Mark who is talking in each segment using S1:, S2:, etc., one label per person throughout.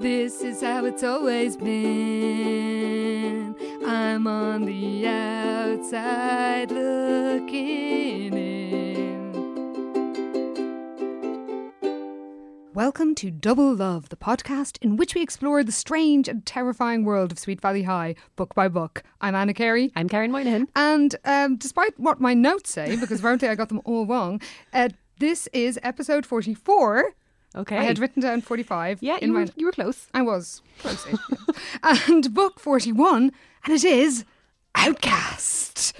S1: This is how it's always been. I'm on the outside looking in. Welcome to Double Love, the podcast in which we explore the strange and terrifying world of Sweet Valley High, book by book. I'm Anna Carey.
S2: I'm Karen Moynihan.
S1: And um, despite what my notes say, because apparently I got them all wrong, uh, this is episode 44.
S2: Okay.
S1: I had written down 45.
S2: yeah,
S1: in
S2: you
S1: my
S2: were, you were close.
S1: I was close. ish, yes. and book 41, and it is Outcast.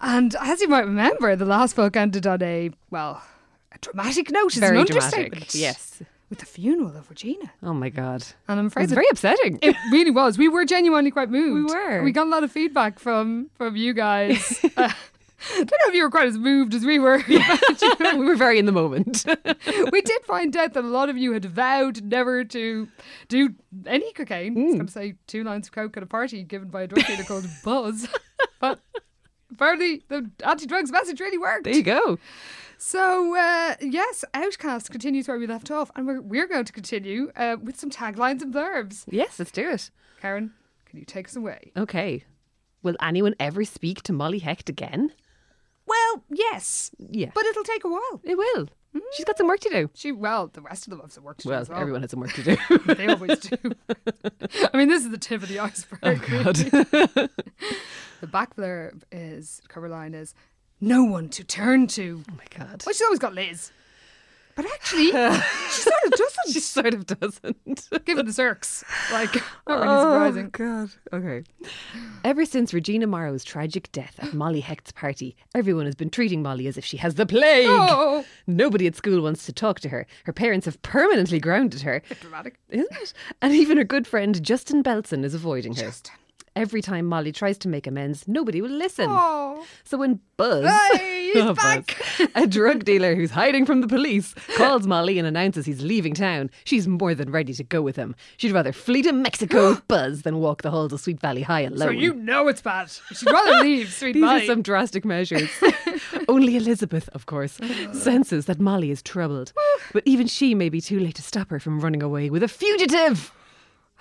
S1: And as you might remember, the last book ended on a, well, a dramatic note is an
S2: Very
S1: understatement.
S2: dramatic. Yes.
S1: With the funeral of Regina.
S2: Oh my god.
S1: And I'm afraid
S2: It's
S1: that
S2: very upsetting.
S1: it really was. We were genuinely quite moved.
S2: We were.
S1: We got a lot of feedback from from you guys. Uh, I don't know if you were quite as moved as we were.
S2: we were very in the moment.
S1: we did find out that a lot of you had vowed never to do any cocaine.
S2: Hmm.
S1: I was going to say two lines of coke at a party given by a drug dealer called Buzz. But apparently the anti-drugs message really worked.
S2: there you go.
S1: So, uh, yes, Outcast continues where we left off. And we're, we're going to continue uh, with some taglines and blurbs.
S2: Yes, let's do it.
S1: Karen, can you take us away?
S2: Okay. Will anyone ever speak to Molly Hecht again?
S1: Well, yes,
S2: Yeah.
S1: but it'll take a while.
S2: it will. She's got some work to do.
S1: She, well, the rest of them have some work to do
S2: Well,
S1: as well.
S2: everyone has some work to do.
S1: They always do. I mean, this is the tip of the iceberg.
S2: Oh,
S1: The back blurb is cover line is no one to turn to.
S2: oh my god.
S1: Well, she's always got Liz, but actually, she sort of doesn't.
S2: She sort of doesn't.
S1: given the circs, like not really surprising.
S2: Oh, God. Okay. Ever since Regina Morrow's tragic death at Molly Hecht's party, everyone has been treating Molly as if she has the plague.
S1: Oh.
S2: Nobody at school wants to talk to her. Her parents have permanently grounded her.
S1: Dramatic.
S2: Isn't it? And even her good friend Justin Belson is avoiding her. Every time Molly tries to make amends, nobody will listen.
S1: Oh,
S2: So when Buzz,
S1: Hey, he's
S2: Oh, Buzz. a drug dealer who's hiding from the police, calls Molly and announces he's leaving town, she's more than ready to go with him. She'd rather flee to Mexico with Buzz than walk the halls of Sweet Valley High alone.
S1: so you know it's bad. She'd rather leave. Sweet
S2: These
S1: bye.
S2: are some drastic measures. Only Elizabeth, of course, senses that Molly is troubled. But even she may be too late to stop her from running away with a fugitive.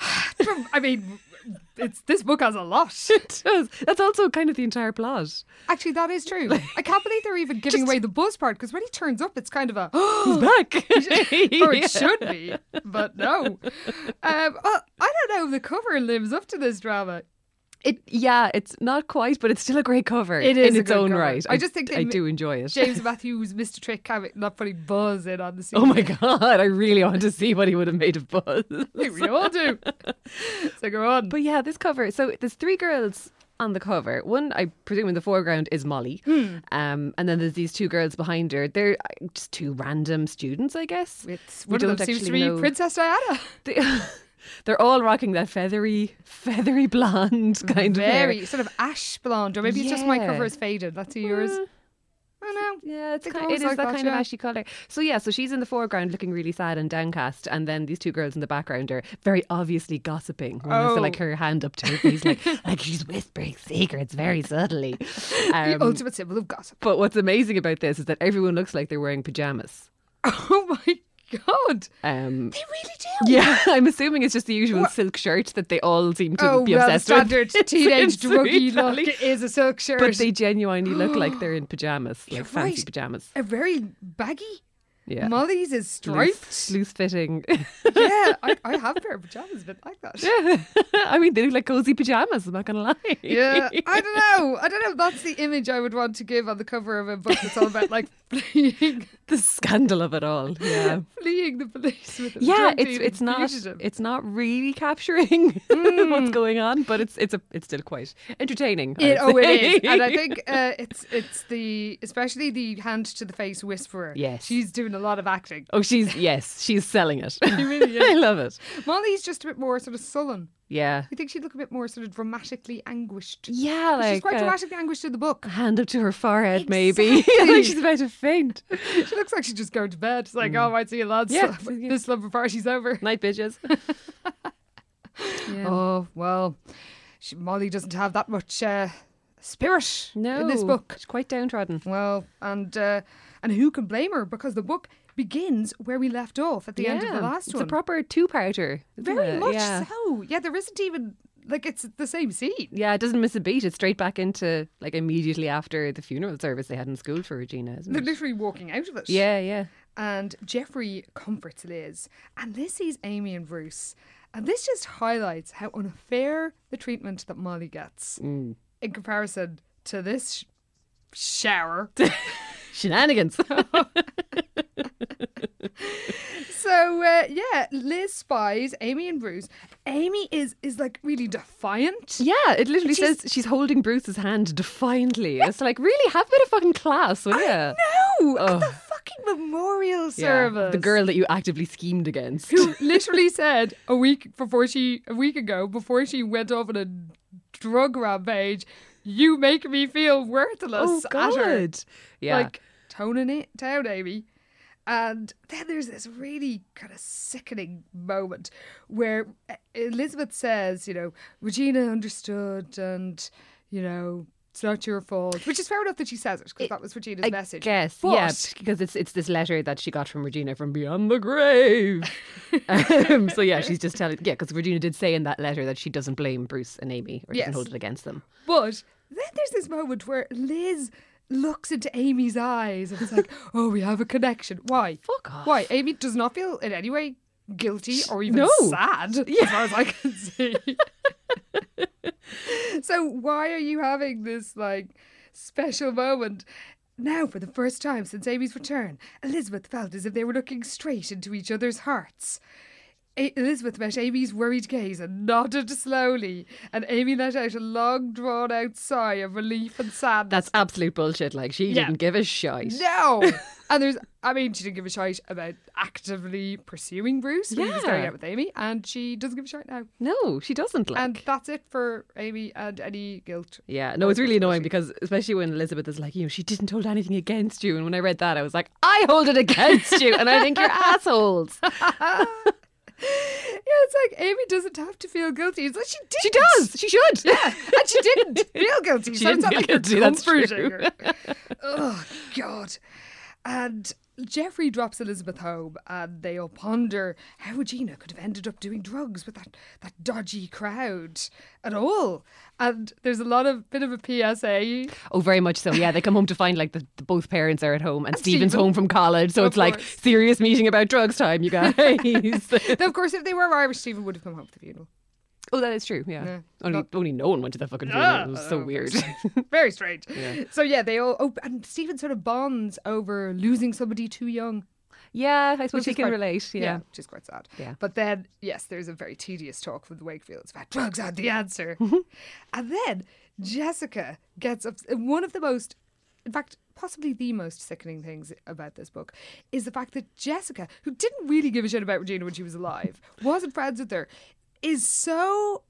S1: I mean, it's this book has a lot.
S2: It does. That's also kind of the entire plot.
S1: Actually, that is true. I can't believe they're even giving away the buzz part because when he turns up, it's kind of a.
S2: He's back.
S1: or it should be, but no. Um, well, I don't know if the cover lives up to this drama.
S2: It, yeah, it's not quite, but it's still a great cover.
S1: It is
S2: in
S1: a
S2: its
S1: good
S2: own
S1: cover.
S2: right.
S1: I just think they
S2: I
S1: ma-
S2: do enjoy it.
S1: James Matthews, Mr. Trick, having- not putting Buzz in on the scene.
S2: Oh my god, I really want to see what he would have made of Buzz.
S1: we all do. So go on.
S2: But yeah, this cover. So there's three girls on the cover. One, I presume, in the foreground is Molly, um, and then there's these two girls behind her. They're uh, just two random students, I guess.
S1: It's
S2: We
S1: one of
S2: don't
S1: them seems to
S2: actually
S1: be
S2: know-
S1: Princess Diana.
S2: They, are all rocking that feathery, feathery blonde kind of hair.
S1: Very sort of ash blonde, or maybe it's just my
S2: Yeah. Mm.
S1: cover is faded. Let's see yours. I know.
S2: Yeah, it's
S1: It
S2: kind, it
S1: goes
S2: is
S1: like
S2: that
S1: that,
S2: kind of
S1: yeah.
S2: ashy colour. So yeah, so she's in the foreground looking really sad and downcast, and then these two girls in the background are very obviously gossiping. One has,
S1: Oh.
S2: like her hand up to her face, like like she's whispering secrets very subtly.
S1: The
S2: Um,
S1: ultimate symbol of gossip.
S2: but what's amazing about this is that everyone looks like they're wearing pajamas.
S1: Oh my god.
S2: Um,
S1: They really do.
S2: yeah, I'm assuming it's just the usual silk shirt that they all seem to
S1: Oh,
S2: be
S1: well, the
S2: obsessed
S1: standard
S2: with.
S1: teenage
S2: It's- it's really
S1: druggy
S2: funny.
S1: look is a silk shirt.
S2: But they genuinely look like they're in pajamas, like
S1: You're
S2: fancy
S1: right.
S2: pajamas.
S1: are very baggy.
S2: Yeah,
S1: Molly's is striped.
S2: loose fitting.
S1: yeah, I, I have a pair of pajamas a bit like that. Yeah.
S2: I mean, they look like cozy pajamas. I'm not gonna lie.
S1: I don't know. I don't know if that's the image I would want to give on the cover of a book that's all about like fleeing,
S2: the scandal of it all. Yeah,
S1: fleeing the police with a
S2: yeah.
S1: drug
S2: It's
S1: deal
S2: it's
S1: and
S2: not
S1: fugitive. Mm.
S2: it's not really capturing what's going on, but it's it's a it's still quite entertaining. I
S1: It,
S2: would
S1: oh, it is,
S2: say.
S1: and I think uh, it's it's the especially the hand to the face whisperer.
S2: Yes.
S1: she's doing a lot of acting.
S2: Oh, she's yes, she's selling it.
S1: really
S2: I love it.
S1: Molly's just a bit more sort of sullen.
S2: Yeah,
S1: You think she'd look a bit more sort of dramatically anguished?
S2: yeah.
S1: But
S2: Like
S1: she's quite
S2: uh,
S1: dramatically anguished in the book.
S2: Hand up to her forehead, maybe. like
S1: Exactly.
S2: she's about to faint.
S1: She looks like she's just going to bed. It's like, oh, right, see you lads.
S2: Mm. Yeah,
S1: Slumber-
S2: yeah.
S1: This slumber party's over.
S2: Night bitches.
S1: Oh, well, she, Molly doesn't have that much uh, spirit
S2: No,
S1: in this book.
S2: she's quite downtrodden.
S1: Well, and uh, and who can blame her? Because the book begins where we left off at the end of the last
S2: it's
S1: one.
S2: a proper two-parter. isn't
S1: Very
S2: it?
S1: much
S2: yeah.
S1: so. Yeah, there isn't even, like, it's the same scene.
S2: Yeah, it doesn't miss a beat. It's straight back into like immediately after the funeral service they had in school for Regina, isn't
S1: They're
S2: it?
S1: literally walking out of it.
S2: Yeah, yeah.
S1: and Jeffrey comforts Liz, and Liz sees Amy and Bruce. And this just highlights how unfair the treatment that Molly gets
S2: Mm.
S1: in comparison to this sh- shower.
S2: Shenanigans.
S1: so uh, yeah, Liz spies Amy and Bruce. Amy is is like really defiant.
S2: yeah, it literally
S1: She's-
S2: says she's holding Bruce's hand defiantly. It's like, really, have a bit of fucking class, will
S1: No,
S2: you?
S1: at the fucking memorial service.
S2: The girl that you actively schemed against.
S1: who literally said a week before she a week ago before she went off on a drug rampage, "You make me feel worthless."
S2: Oh,
S1: at her." Oh,
S2: Yeah.
S1: Like toning it down, Amy. And then there's this really kind of sickening moment where uh, Elizabeth says, you know, Regina understood and, you know, it's not your fault. Which is fair enough that she says it because that was Regina's
S2: I
S1: message.
S2: guess,
S1: But-
S2: yeah, because it's it's this letter that she got from Regina from beyond the grave. um, so yeah, she's just telling, yeah, because Regina did say in that letter that she doesn't blame Bruce and Amy or doesn't
S1: Yes.
S2: hold it against them.
S1: But then there's this moment where Liz looks into Amy's eyes and it's like, oh, we have a connection. Why?
S2: Fuck off.
S1: Why? Amy does not feel in any way guilty or even
S2: no.
S1: sad, as far as I can see. so why are you having this like special moment? Now, for the first time since Amy's return, Elizabeth felt as if they were looking straight into each other's hearts. A- Elizabeth met Amy's worried gaze and nodded slowly, and Amy let out a long drawn out sigh of relief and sadness.
S2: That's absolute bullshit. Like she
S1: Yeah.
S2: didn't give a shite.
S1: No. and there's, I mean, she didn't give a shite about actively pursuing Bruce when he was going
S2: Yeah.
S1: out with Amy, and she doesn't give a shite now.
S2: No, she doesn't. Like.
S1: And that's it for Amy and any guilt.
S2: yeah, no, it's really annoying because especially when Elizabeth is like, you know, she didn't hold anything against you. And when I read that, I was like, I hold it against you, and I think you're assholes.
S1: Yeah, it's like Amy doesn't have to feel guilty. It's like she did.
S2: She does. She should. Yeah.
S1: And she didn't feel guilty.
S2: She
S1: so it's
S2: didn't
S1: not
S2: feel
S1: like you're
S2: guilty, that's true.
S1: comforting her. oh, God. And Jeffrey drops Elizabeth home and they all ponder how Regina could have ended up doing drugs with that, that dodgy crowd at all. And there's a lot of bit of a PSA.
S2: Oh, very much so. Yeah, they come home to find like the, the- both parents are at home and Stephen's
S1: Stephen.
S2: home from college. So
S1: Of
S2: it's like
S1: course.
S2: serious meeting about drugs time, you guys.
S1: Though, of course, if they were Irish, Stephen would have come home to the funeral.
S2: oh, that is true. Yeah.
S1: Yeah.
S2: Only,
S1: Not-
S2: only no one went to that fucking funeral.
S1: Ah,
S2: it was
S1: I
S2: so
S1: know,
S2: weird.
S1: very strange. Very strange. So yeah, they all oh, and Stephen sort of bonds over losing somebody too young.
S2: yeah, I suppose
S1: Which
S2: we
S1: is
S2: can
S1: quite-
S2: relate. Yeah.
S1: which is quite sad.
S2: Yeah.
S1: But then, yes, there's a very tedious talk from the Wakefields about drugs aren't the answer.
S2: Mm-hmm.
S1: and then Jessica gets up. One of the most, in fact, possibly the most sickening things about this book is the fact that Jessica, who didn't really give a shit about Regina when she was alive, wasn't friends with her, is so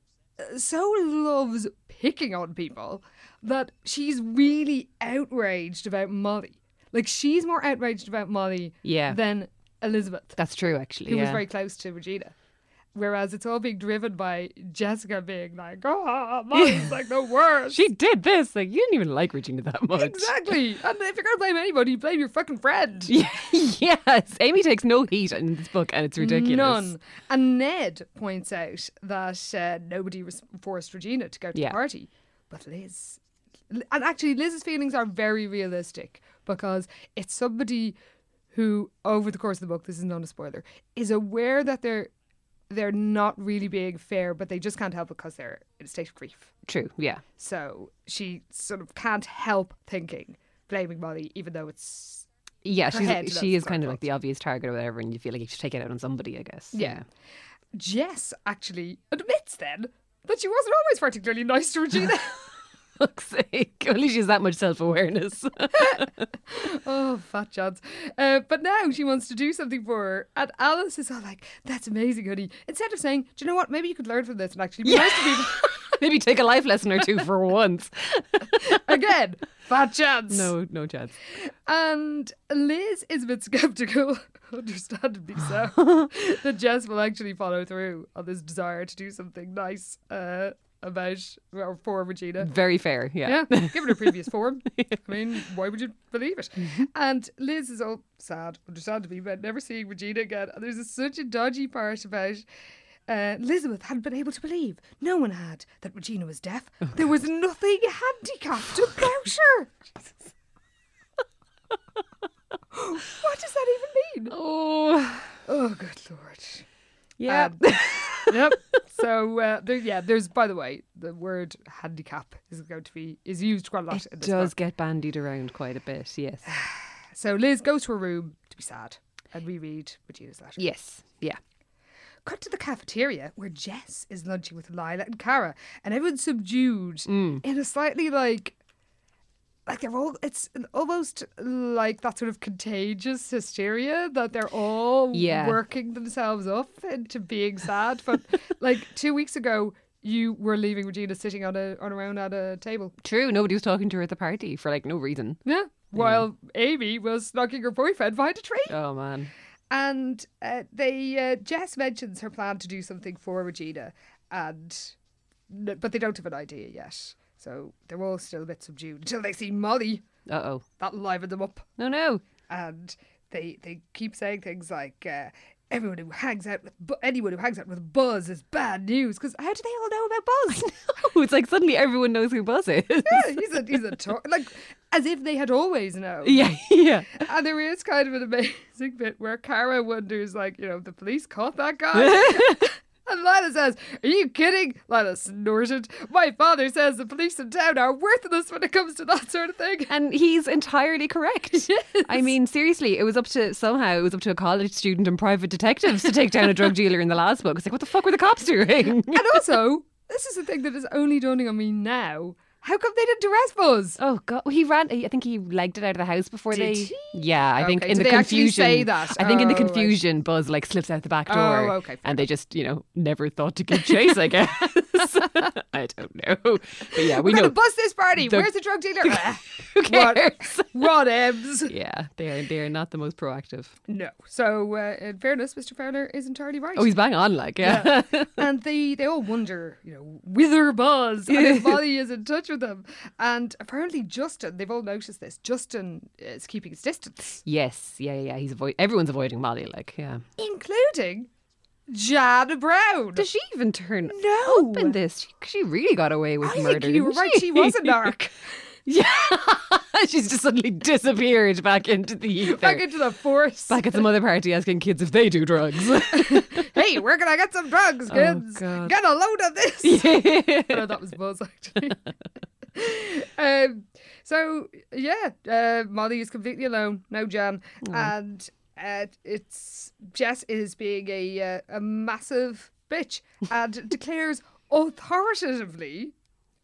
S1: so loves picking on people that she's really outraged about Molly. Like she's more outraged about Molly
S2: Yeah.
S1: than Elizabeth,
S2: That's true, actually.
S1: who was
S2: yeah.
S1: very close to Regina. Whereas it's all being driven by Jessica being like, oh, Molly's like the worst.
S2: she did this. Like, you didn't even like Regina that much.
S1: exactly. And if you're going to blame anybody, blame your fucking friend.
S2: Yeah, yes. Amy takes no heat in this book, and it's ridiculous.
S1: None. And Ned points out that uh, nobody was forced Regina to go to
S2: Yeah.
S1: the party, but Liz. And actually, Liz's feelings are very realistic because it's somebody who, over the course of the book, this is not a spoiler, is aware that they're they're not really being fair, but they just can't help it because they're in a state of grief.
S2: True. Yeah.
S1: So she sort of can't help thinking, blaming Molly, even though it's
S2: Yeah.
S1: Her
S2: She's,
S1: head,
S2: she
S1: that's
S2: is kind of
S1: her
S2: like the obvious target or whatever, and you feel like you should take it out on somebody, I guess.
S1: Yeah. Jess actually admits then that she wasn't always particularly nice to Regina.
S2: Fuck's sake. At least she has that much self awareness.
S1: oh, fat chance. Uh, but now she wants to do something for her. And Alice is all like, that's amazing, honey. Instead of saying, do you know what? Maybe you could learn from this and actually be nice to people.
S2: Maybe take a life lesson or two for once.
S1: Again, fat chance.
S2: No, no chance.
S1: And Liz is a bit skeptical, understandably so, that Jess will actually follow through on this desire to do something nice uh, about or for Regina.
S2: Very fair. Yeah.
S1: Yeah, give it a previous form. I mean, why would you believe it?
S2: Mm-hmm.
S1: And Liz is all sad, understandably, about never seeing Regina again. And there's a, such a dodgy part about uh, Elizabeth hadn't been able to believe. No one had that Regina was deaf. there was nothing handicapped about her. what does that even mean?
S2: Oh.
S1: Oh, good lord.
S2: Yeah.
S1: Um, yep. So uh, there, yeah, there's. By the way, the word handicap is going to be is used quite a lot. in
S2: it
S1: this
S2: does
S1: book.
S2: get bandied around quite a bit. Yes.
S1: So Liz goes to her room to be sad and reread Regina's letter.
S2: yes. Yeah.
S1: Cut to the cafeteria where Jess is lunching with Lila and Cara, and everyone's subdued
S2: Mm.
S1: in a slightly like. Like they're all, it's almost like that sort of contagious hysteria that they're all
S2: Yeah.
S1: working themselves up into being sad. But like two weeks ago, you were leaving Regina sitting on a on her own at a table.
S2: True. Nobody was talking to her at the party for like no reason.
S1: Yeah. While Amy was knocking her boyfriend behind a tree.
S2: Oh, man.
S1: And uh, they uh, Jess mentions her plan to do something for Regina, and n- but they don't have an idea yet. So they're all still a bit subdued until they see Molly.
S2: Uh oh.
S1: That livened them up,
S2: No, no.
S1: and they they keep saying things like. Uh, Everyone who hangs out with Bu- anyone who hangs out with Buzz is bad news because how do they all know about Buzz?
S2: Oh, it's like suddenly everyone knows who Buzz is.
S1: Yeah, he's a he's a to- like as if they had always known.
S2: yeah, yeah.
S1: And there is kind of an amazing bit where Kara wonders, like, you know, the police caught that guy. and Lila says, Are you kidding? Lila snorted. My father says the police in town are worthless when it comes to that sort of thing.
S2: And he's entirely correct. I mean, seriously, it was up to somehow it was up to a college student and private detectives to take down a drug dealer in the last book. It's like, what the fuck were the cops doing?
S1: And also, this is the thing that is only dawning on me now. How come they didn't arrest Buzz?
S2: Oh god, he ran. I think he legged it out of the house before
S1: Did
S2: they.
S1: he?
S2: Yeah, I think
S1: Okay,
S2: in
S1: so
S2: the
S1: they actually
S2: confusion.
S1: say that.
S2: I think in the
S1: Oh, right.
S2: confusion, Buzz like slips out the back door.
S1: Oh, okay, fair
S2: And they just, you know, never thought to give chase. I guess. I don't know, but yeah, we
S1: We're
S2: know.
S1: gonna bust this party.
S2: The-
S1: Where's the drug dealer?
S2: Who
S1: What?
S2: cares?
S1: Rod Ebbs.
S2: yeah, they are. They are not the most proactive.
S1: No. So, uh, in fairness, Mr. Fowler is entirely right.
S2: Oh, he's bang on. Like, yeah.
S1: and they they all wonder, you know, whither Buzz and if Molly is in touch with them. And apparently, Justin, they've all noticed this. Justin is keeping his distance,
S2: Yes, yeah, yeah. yeah. He's avoid. Everyone's avoiding Molly. Like, yeah.
S1: including Jan Brown.
S2: Does she even turn
S1: No.
S2: up in this? She, she really got away with
S1: I
S2: murder.
S1: think you were
S2: didn't
S1: right. She was a narc.
S2: Yeah, she's just suddenly disappeared back into the ether.
S1: Back into the force.
S2: Back at some other party asking kids if they do drugs.
S1: hey, where can I get some drugs, kids?
S2: Oh, God.
S1: get a load of this.
S2: yeah.
S1: no, that was Buzz actually. um, so yeah, uh, Molly is completely alone, no Jan, and uh, it's Jess is being a uh, a massive bitch and declares authoritatively.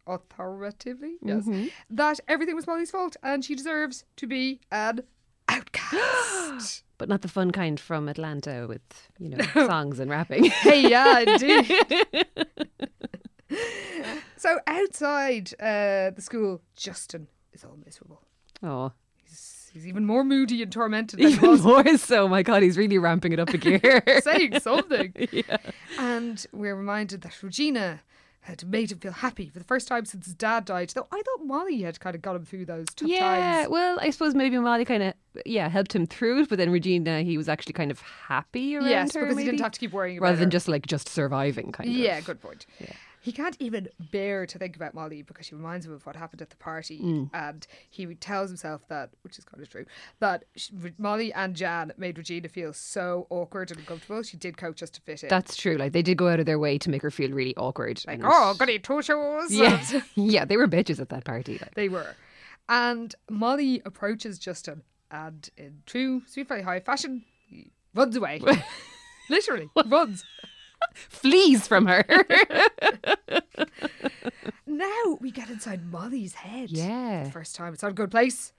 S1: Authoritatively, yes,
S2: Mm-hmm.
S1: that everything was Molly's fault and she deserves to be an outcast.
S2: But not the fun kind from Atlanta with, you know, songs and rapping.
S1: hey, yeah, indeed. so outside uh, the school, Justin is all miserable.
S2: Oh,
S1: He's even more moody and tormented than he
S2: Even
S1: was
S2: more so. My God, he's really ramping it up a gear.
S1: saying something. And we're reminded that Regina had made him feel happy for the first time since his dad died. Though I thought Molly had kind of got him through those tough
S2: yeah.
S1: times.
S2: Well, I suppose maybe Molly kind of yeah helped him through it, but then Regina, he was actually kind of happy around
S1: Yes,
S2: her.
S1: because he
S2: maybe?
S1: didn't have to keep worrying about
S2: rather than
S1: her.
S2: just like just surviving kind of.
S1: Yeah, good point. He can't even bear to think about Molly because she reminds him of what happened at the party,
S2: Mm.
S1: and he tells himself that, which is kind of true, that sh Molly and Jan made Regina feel so awkward and uncomfortable. She did coach us to fit in.
S2: That's true. Like they did go out of their way to make her feel really awkward.
S1: like,
S2: and-
S1: oh, goody two shoes.
S2: yeah, yeah, they were bitches at that party. Like.
S1: They were. And Molly approaches Justin, and in true Sweet Valley High fashion, he runs away. Literally, runs.
S2: Flees from her.
S1: Now we get inside Molly's head.
S2: Yeah.
S1: For the first time. It's not a good place.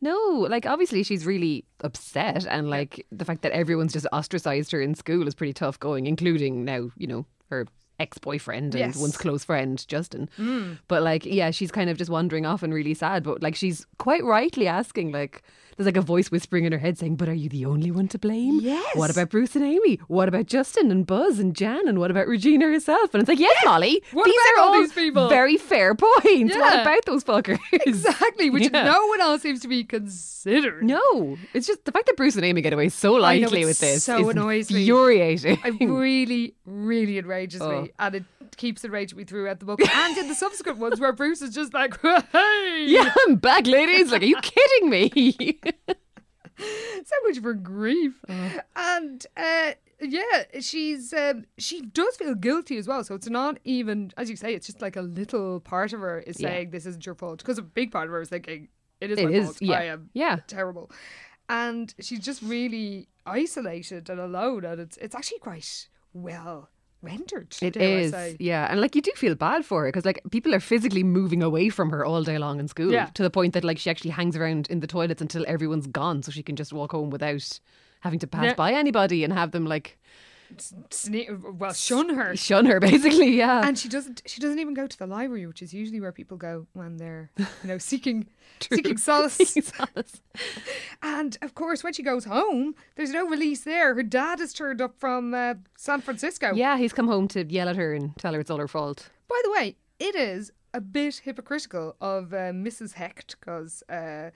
S2: no, like obviously she's really upset, and like the fact that everyone's just ostracized her in school is pretty tough going, including now you know her ex-boyfriend and
S1: Yes. Mm.
S2: once close friend Justin. But like, yeah, she's kind of just wandering off and really sad. But like, she's quite rightly asking like. There's like a voice whispering in her head saying, But are you the only one to blame?
S1: Yes.
S2: What about Bruce and Amy? What about Justin and Buzz and Jan? And what about Regina herself? And it's like, Yes, Molly.
S1: What
S2: these
S1: about
S2: are
S1: all
S2: all
S1: these people?"
S2: Very fair points. What
S1: Yeah.
S2: about those fuckers?
S1: Exactly, which
S2: Yeah.
S1: no one else seems to be considered.
S2: No, it's just the fact that Bruce and Amy get away so
S1: I know,
S2: lightly
S1: it's
S2: with this.
S1: so
S2: is
S1: annoys me.
S2: infuriating.
S1: It really, really enrages
S2: Oh.
S1: me. And it keeps enraging me throughout the book and in the subsequent ones where Bruce is just like, hey!
S2: yeah, I'm back, ladies. Like, are you kidding me?
S1: so much for grief. And uh, yeah, she's um, she does feel guilty as well. So it's not even as you say. It's just like a little part of her is
S2: Yeah.
S1: saying this isn't your fault because a big part of her is thinking it is
S2: It
S1: my
S2: is,
S1: fault.
S2: yeah,
S1: I am
S2: yeah.
S1: terrible, and she's just really isolated and alone. And it's it's actually quite well rendered.
S2: It
S1: dare I
S2: is,
S1: say.
S2: yeah, and like you do feel bad for her because like people are physically moving away from her all day long in school
S1: Yeah.
S2: to the point that like she actually hangs around in the toilets until everyone's gone, so she can just walk home without having to pass
S1: Yeah.
S2: by anybody and have them like
S1: Sne- well, shun her.
S2: shun her, basically. Yeah,
S1: and she doesn't she doesn't even go to the library which is usually where people go when they're you know seeking seeking solace and of course when she goes home there's no release there her dad has turned up from uh, san francisco
S2: yeah, he's come home to yell at her and tell her it's all her fault.
S1: by the way it is a bit hypocritical of uh, mrs hecht because uh,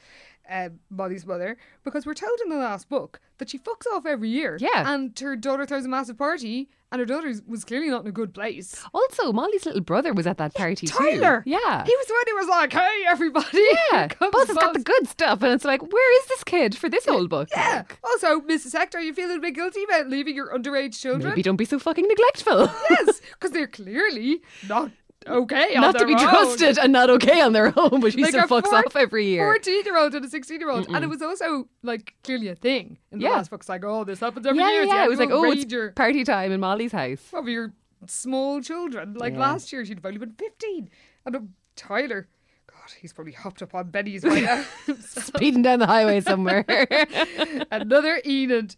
S1: uh, Molly's mother, because we're told in the last book that she fucks off every year.
S2: Yeah.
S1: And her daughter throws a massive party, and her daughter was clearly not in a good place.
S2: Also, Molly's little brother was at that party
S1: Tyler.
S2: too. Yeah.
S1: He was the one who was like, hey, everybody.
S2: yeah.
S1: here comes
S2: Buzz has got the
S1: Buzz."
S2: good stuff. And it's like, where is this kid for this old book?
S1: Yeah.
S2: Like,
S1: Also, Mrs. Hector, are you feeling a bit guilty about leaving your underage children?
S2: Maybe don't be so fucking neglectful.
S1: yes, because they're clearly not okay. on
S2: not to
S1: their
S2: be
S1: own.
S2: trusted and not okay on their own, but she
S1: Like
S2: still
S1: a
S2: fucks
S1: four-
S2: off every year.
S1: 14 year old and a 16 year old. And it was also like clearly a thing in the
S2: Yeah.
S1: last book. It's like, oh, this happens every
S2: yeah,
S1: year.
S2: yeah,
S1: so you
S2: yeah.
S1: have
S2: It
S1: to
S2: was like, oh,
S1: arrange
S2: it's
S1: your-
S2: party time in Molly's house.
S1: over your small children. Like
S2: Yeah.
S1: last year, she'd have only been 15. And uh, Tyler, God, he's probably hopped up on Benny's by now.
S2: Speeding down the highway somewhere.
S1: Another Enid.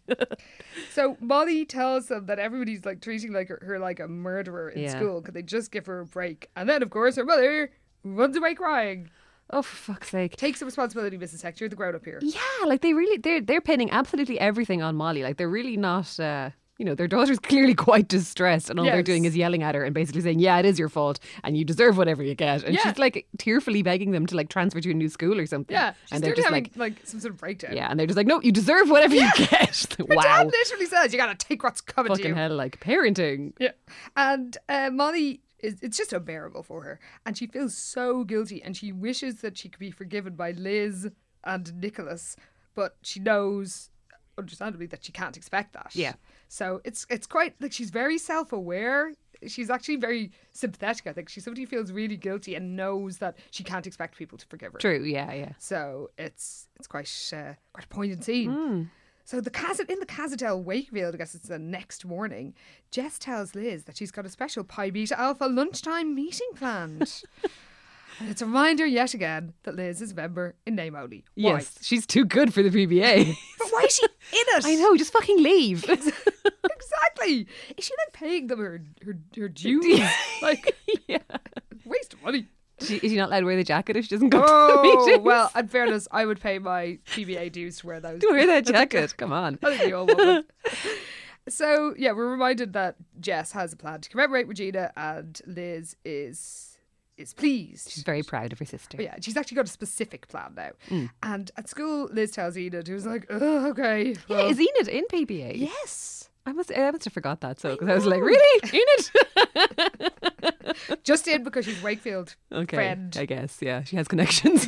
S1: so Molly tells them that everybody's like treating like her, her like a murderer in
S2: Yeah.
S1: school. Could they just give her a break? And then, of course, her mother runs away crying.
S2: oh, for fuck's sake.
S1: Takes the responsibility, Mrs. Hector, you're the grown up here.
S2: Yeah, like they really they're they're pinning absolutely everything on Molly. Like they're really not uh you know, their daughter's clearly quite distressed and all they're
S1: Yes.
S2: doing is yelling at her and basically saying, Yeah, it is your fault and you deserve whatever you get. And
S1: Yeah.
S2: she's like tearfully begging them to like transfer to a new school or something.
S1: Yeah, she's
S2: and they're
S1: clearly having
S2: just like
S1: like, some sort of breakdown.
S2: Yeah, and they're just like, No, you deserve whatever you get.
S1: Her dad
S2: wow.
S1: literally says, "You gotta take what's coming to
S2: Fucking
S1: you."
S2: hell, like parenting.
S1: Yeah, and uh, Molly is it's just unbearable for her, and she feels so guilty, and she wishes that she could be forgiven by Liz and Nicholas, but she knows, understandably, that she can't expect that.
S2: Yeah.
S1: So it's it's quite like she's very self aware. She's actually very sympathetic. I think she somebody who feels really guilty and knows that she can't expect people to forgive her.
S2: True, yeah, yeah.
S1: So it's it's quite uh, quite a poignant scene.
S2: Hmm.
S1: So the Casa- in the Casadel Wakefield, I guess it's the next morning. Jess tells Liz that she's got a special Pi Beta Alpha lunchtime meeting planned. and it's a reminder yet again that Liz is a member in name only. Why?
S2: Yes. She's too good for the PBA.
S1: but why is she in it?
S2: I know, just fucking leave.
S1: exactly. Is she then paying them her her, her dues? like
S2: yeah.
S1: waste of money.
S2: She, is she not allowed to wear the jacket if she doesn't go to the
S1: Oh,
S2: meeting?
S1: well, in fairness, I would pay my PBA dues to wear those.
S2: to wear that jacket. Come on.
S1: I think we all would. So, yeah, we're reminded that Jess has a plan to commemorate Regina and Liz is is pleased.
S2: She's very Mm. proud of her sister.
S1: But yeah, she's actually got a specific plan now. And at school, Liz tells Enid, who's like, oh, okay.
S2: Yeah,
S1: well,
S2: is Enid in PBA?
S1: yes.
S2: I must, I must have forgot that. So, because I, was like, really? Enid?
S1: Just in because she's Wakefield
S2: okay.
S1: friend.
S2: I guess. Yeah. She has connections.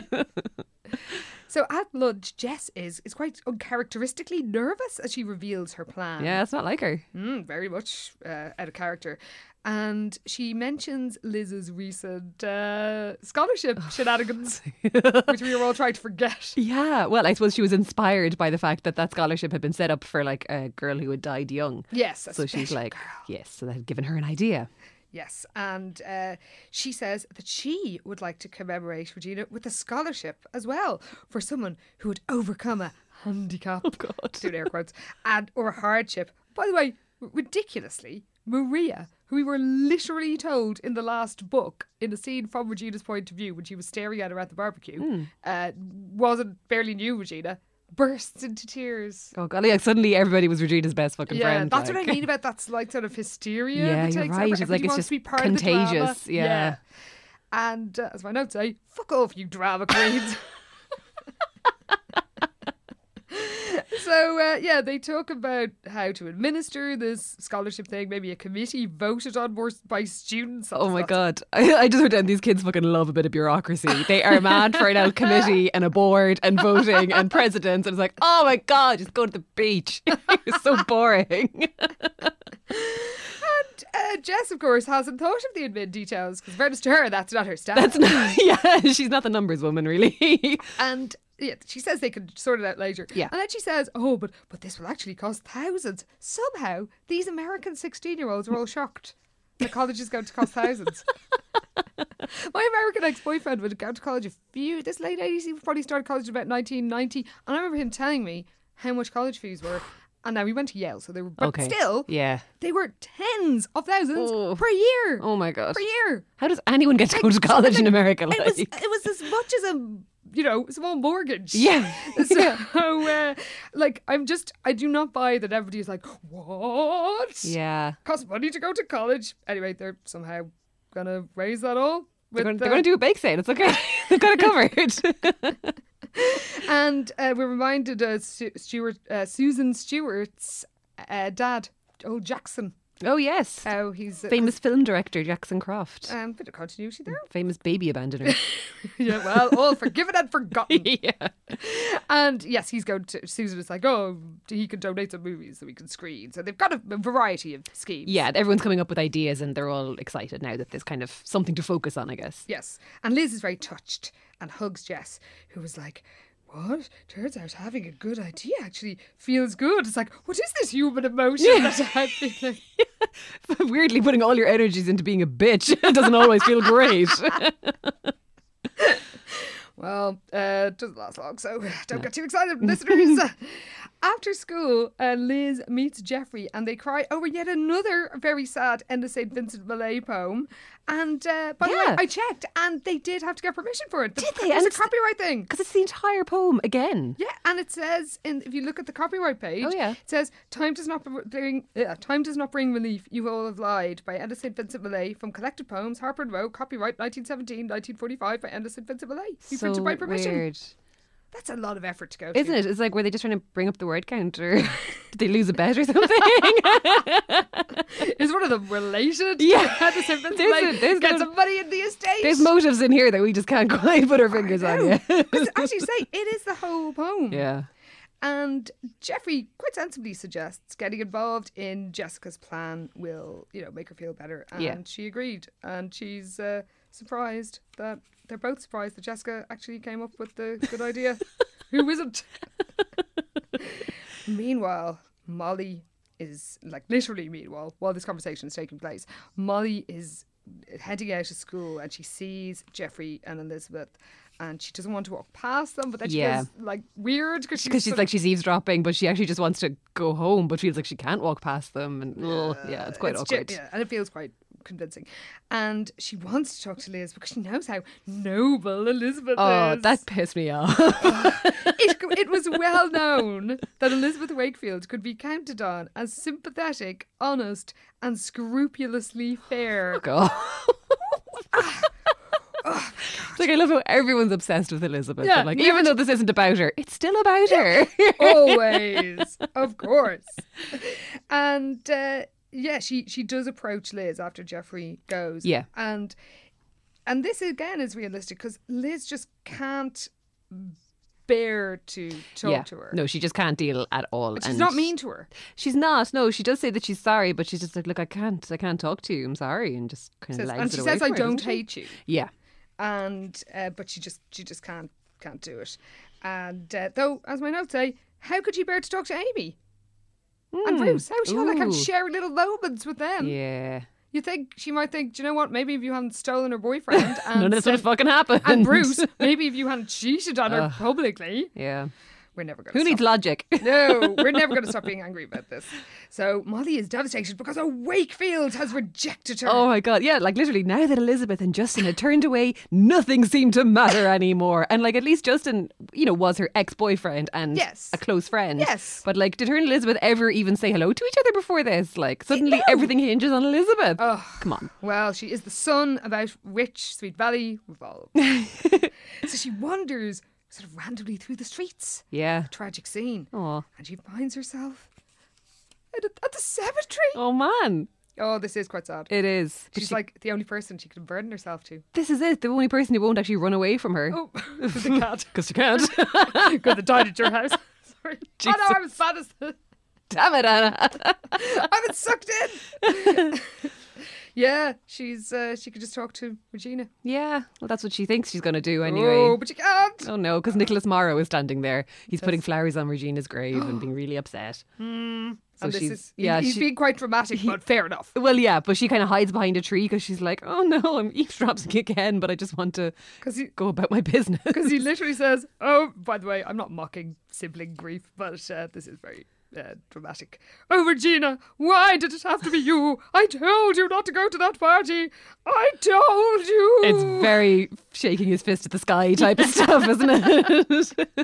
S1: So at lunch, Jess is, is quite uncharacteristically nervous as she reveals her plan.
S2: yeah. It's not like her.
S1: Mm, very much uh, out of character. And she mentions Liz's recent uh, scholarship shenanigans, which we were all trying to forget.
S2: Yeah, well, I suppose she was inspired by the fact that that scholarship had been set up for like a girl who had died young.
S1: Yes. a
S2: so she's
S1: special
S2: like,
S1: girl.
S2: yes, so that had given her an idea.
S1: Yes, and uh, she says that she would like to commemorate Regina with a scholarship as well for someone who had overcome a handicap. Oh God! Doing air quotes and or a hardship. By the way, r- ridiculously, Maria, who we were literally told in the last book in a scene from Regina's point of view when she was staring at her at the barbecue, uh, wasn't barely knew Regina, bursts into tears.
S2: Oh god, like suddenly everybody was Regina's best fucking
S1: Yeah,
S2: friend.
S1: that's
S2: like.
S1: what I mean about that like sort of hysteria.
S2: Yeah,
S1: that
S2: you're
S1: takes
S2: right.
S1: over.
S2: It's like
S1: Everybody
S2: it's
S1: wants
S2: just
S1: to be part of the drama.
S2: contagious. Yeah.
S1: And uh, as my notes say, fuck off, you drama queens. so uh, yeah, they talk about how to administer this scholarship thing. Maybe a committee voted on more s- by students.
S2: Oh my god, I, I just heard down these kids fucking love a bit of bureaucracy. They are mad for an out committee and a board and voting and presidents. And it's like, oh my god, just go to the beach. it's so boring.
S1: Uh, Jess, of course, hasn't thought of the admin details because, fairness to her, that's not her staff.
S2: It's not, yeah, she's not the numbers woman, really.
S1: And yeah, she says they can sort it out later.
S2: Yeah.
S1: And then she says, Oh, but but this will actually cost thousands. Somehow these American sixteen year olds are all shocked. The college is going to cost thousands. My American ex boyfriend would have gone to college a few this late eighties, he probably started college in about nineteen ninety. And I remember him telling me how much college fees were. And now we went to Yale, so they were but
S2: Okay.
S1: still
S2: Yeah.
S1: they were tens of thousands
S2: Oh.
S1: per year.
S2: Oh my god.
S1: per year.
S2: How does anyone get to go to college in America? Like?
S1: It was it was as much as a you know small mortgage.
S2: Yeah.
S1: So uh, like I'm just I do not buy that everybody is like what?
S2: yeah.
S1: Costs money to go to college. Anyway, they're somehow gonna raise that all.
S2: They're
S1: with
S2: going,
S1: the-
S2: to do a bake sale. It's okay. They've got it covered.
S1: and uh, we're reminded uh, Su- Stuart uh, Susan Stewart's uh, dad, old Jackson,
S2: oh, yes.
S1: how he's uh,
S2: Famous film director Jackson Croft.
S1: Um, bit of continuity there.
S2: Famous baby abandoner.
S1: yeah, well, all forgiven and forgotten.
S2: yeah.
S1: And yes, he's going to. Susan is like, oh, he can donate some movies that we can screen. So they've got a, a variety of schemes.
S2: Yeah, everyone's coming up with ideas and they're all excited now that there's kind of something to focus on, I guess.
S1: Yes. And Liz is very touched and hugs Jess, who was like, what? Turns out having a good idea actually feels good. It's like, what is this human emotion that I'm feeling?
S2: Weirdly, putting all your energies into being a bitch doesn't always feel great.
S1: Well, uh, it doesn't last long, so don't get too excited, listeners. After school, uh, Liz meets Jeffrey and they cry over yet another very sad Enda St. Vincent Millay poem. And uh, by the
S2: Yeah.
S1: way, I checked and they did have to get permission for it.
S2: Did they?
S1: It's
S2: And
S1: a
S2: it's the-
S1: copyright thing.
S2: Because it's the entire poem again.
S1: Yeah, and it says, in, if you look at the copyright page,
S2: Oh, yeah.
S1: it says, "Time does not bring uh, time does not bring relief. You all have lied." By Enda St. Vincent Millay from Collected Poems, Harper and Row, copyright 1917, 1945 by Enda St. Vincent Millay. You printed by permission.
S2: weird.
S1: That's a lot of effort to go to.
S2: Isn't it? It's like, were they just trying to bring up the word count or did they lose a bet or something?
S1: Is one of them related?
S2: Yeah.
S1: Had the same
S2: There's
S1: like,
S2: a- there's
S1: get
S2: no-
S1: somebody in the estate.
S2: There's motives in here that we just can't quite put our
S1: I
S2: fingers on
S1: know.
S2: yet.
S1: 'Cause as you say, it is the whole poem.
S2: Yeah.
S1: And Jeffrey quite sensibly suggests getting involved in Jessica's plan will, you know, make her feel better. And
S2: Yeah.
S1: she agreed. And she's uh, surprised that they're both surprised that Jessica actually came up with the good idea. Who isn't? meanwhile, Molly is like literally meanwhile, while this conversation is taking place, Molly is heading out of school and she sees Jeffrey and Elizabeth and she doesn't want to walk past them, but then she
S2: Yeah.
S1: feels like weird because she's,
S2: Because she's
S1: sort
S2: like she's eavesdropping, but she actually just wants to go home, but feels like she can't walk past them, and ugh, yeah, it's quite
S1: It's ju-
S2: awkward.
S1: yeah, and it feels quite convincing. And she wants to talk to Liz because she knows how noble Elizabeth
S2: Oh,
S1: is.
S2: that pissed me off.
S1: it, it was well known that Elizabeth Wakefield could be counted on as sympathetic, honest, and scrupulously fair.
S2: Go. It's like I love how everyone's obsessed with Elizabeth.
S1: Yeah,
S2: I'm like
S1: never
S2: even though this isn't about her, it's still about her.
S1: Always, of course. And uh, yeah, she she does approach Liz after Jeffrey goes.
S2: Yeah.
S1: and and this again is realistic because Liz just can't bear to talk
S2: yeah.
S1: to her.
S2: No, she just can't deal at all.
S1: But she's
S2: and
S1: not mean to her.
S2: She's not. No, she does say that she's sorry, but she's just like, look, I can't, I can't talk to you. I'm sorry, and just kind of
S1: Says-
S2: like.
S1: and she says, "I don't hate you."
S2: Yeah.
S1: and uh, but she just she just can't can't do it. And uh, though, as my notes say, how could she bear to talk to Amy and Bruce? How she all like
S2: Hmm. Ooh.
S1: I'm sharing little moments with them.
S2: Yeah.
S1: You think she might think, do you know what? Maybe if you hadn't stolen her boyfriend and
S2: None of this would
S1: sent-
S2: have fucking happened.
S1: and Bruce, maybe if you hadn't cheated on her publicly,
S2: Yeah.
S1: we're never going.
S2: Who needs logic?
S1: No, we're never going to stop being angry about this. So Molly is devastated because a Wakefield has rejected her.
S2: Oh my god, yeah, like literally now that Elizabeth and Justin had turned away, nothing seemed to matter anymore. And like at least Justin, you know, was her ex-boyfriend and
S1: Yes.
S2: a close friend.
S1: Yes.
S2: But like did her and Elizabeth ever even say hello to each other before this? Like suddenly everything hinges on Elizabeth. Oh. Come on.
S1: Well, she is the sun about which Sweet Valley revolves. so she wanders sort of randomly through the streets.
S2: Yeah.
S1: Tragic scene.
S2: Aw.
S1: And she finds herself at, a, at the cemetery. Oh.
S2: Oh man.
S1: this is quite sad.
S2: It is. But
S1: She's
S2: she-
S1: like the only person she could burden herself to.
S2: this is it, the only person who won't actually run away from her.
S1: Oh, the cat.
S2: Because she can't.
S1: Got the died at your house. Sorry. Oh, no, I'm sad as
S2: Damn it, Anna.
S1: I've been sucked in. yeah, she's uh, she could just talk to Regina.
S2: Yeah. Well that's what she thinks she's gonna do anyway.
S1: Oh, but you can't.
S2: Oh no, because Nicholas Morrow is standing there. He's putting flowers on Regina's grave and being really upset. So
S1: and this
S2: she's
S1: is,
S2: yeah,
S1: yeah, he's
S2: she-
S1: being quite dramatic, but fair enough.
S2: well, yeah, but she kind of hides behind a tree because she's like, "Oh no, I'm eavesdropping again," but I just want to
S1: 'Cause he-
S2: go about my business.
S1: Because he literally says, "Oh, by the way, I'm not mocking sibling grief, but uh, this is very uh, dramatic." Oh, Regina, why did it have to be you? I told you not to go to that party. I told you.
S2: it's very shaking his fist at the sky type of stuff, isn't it?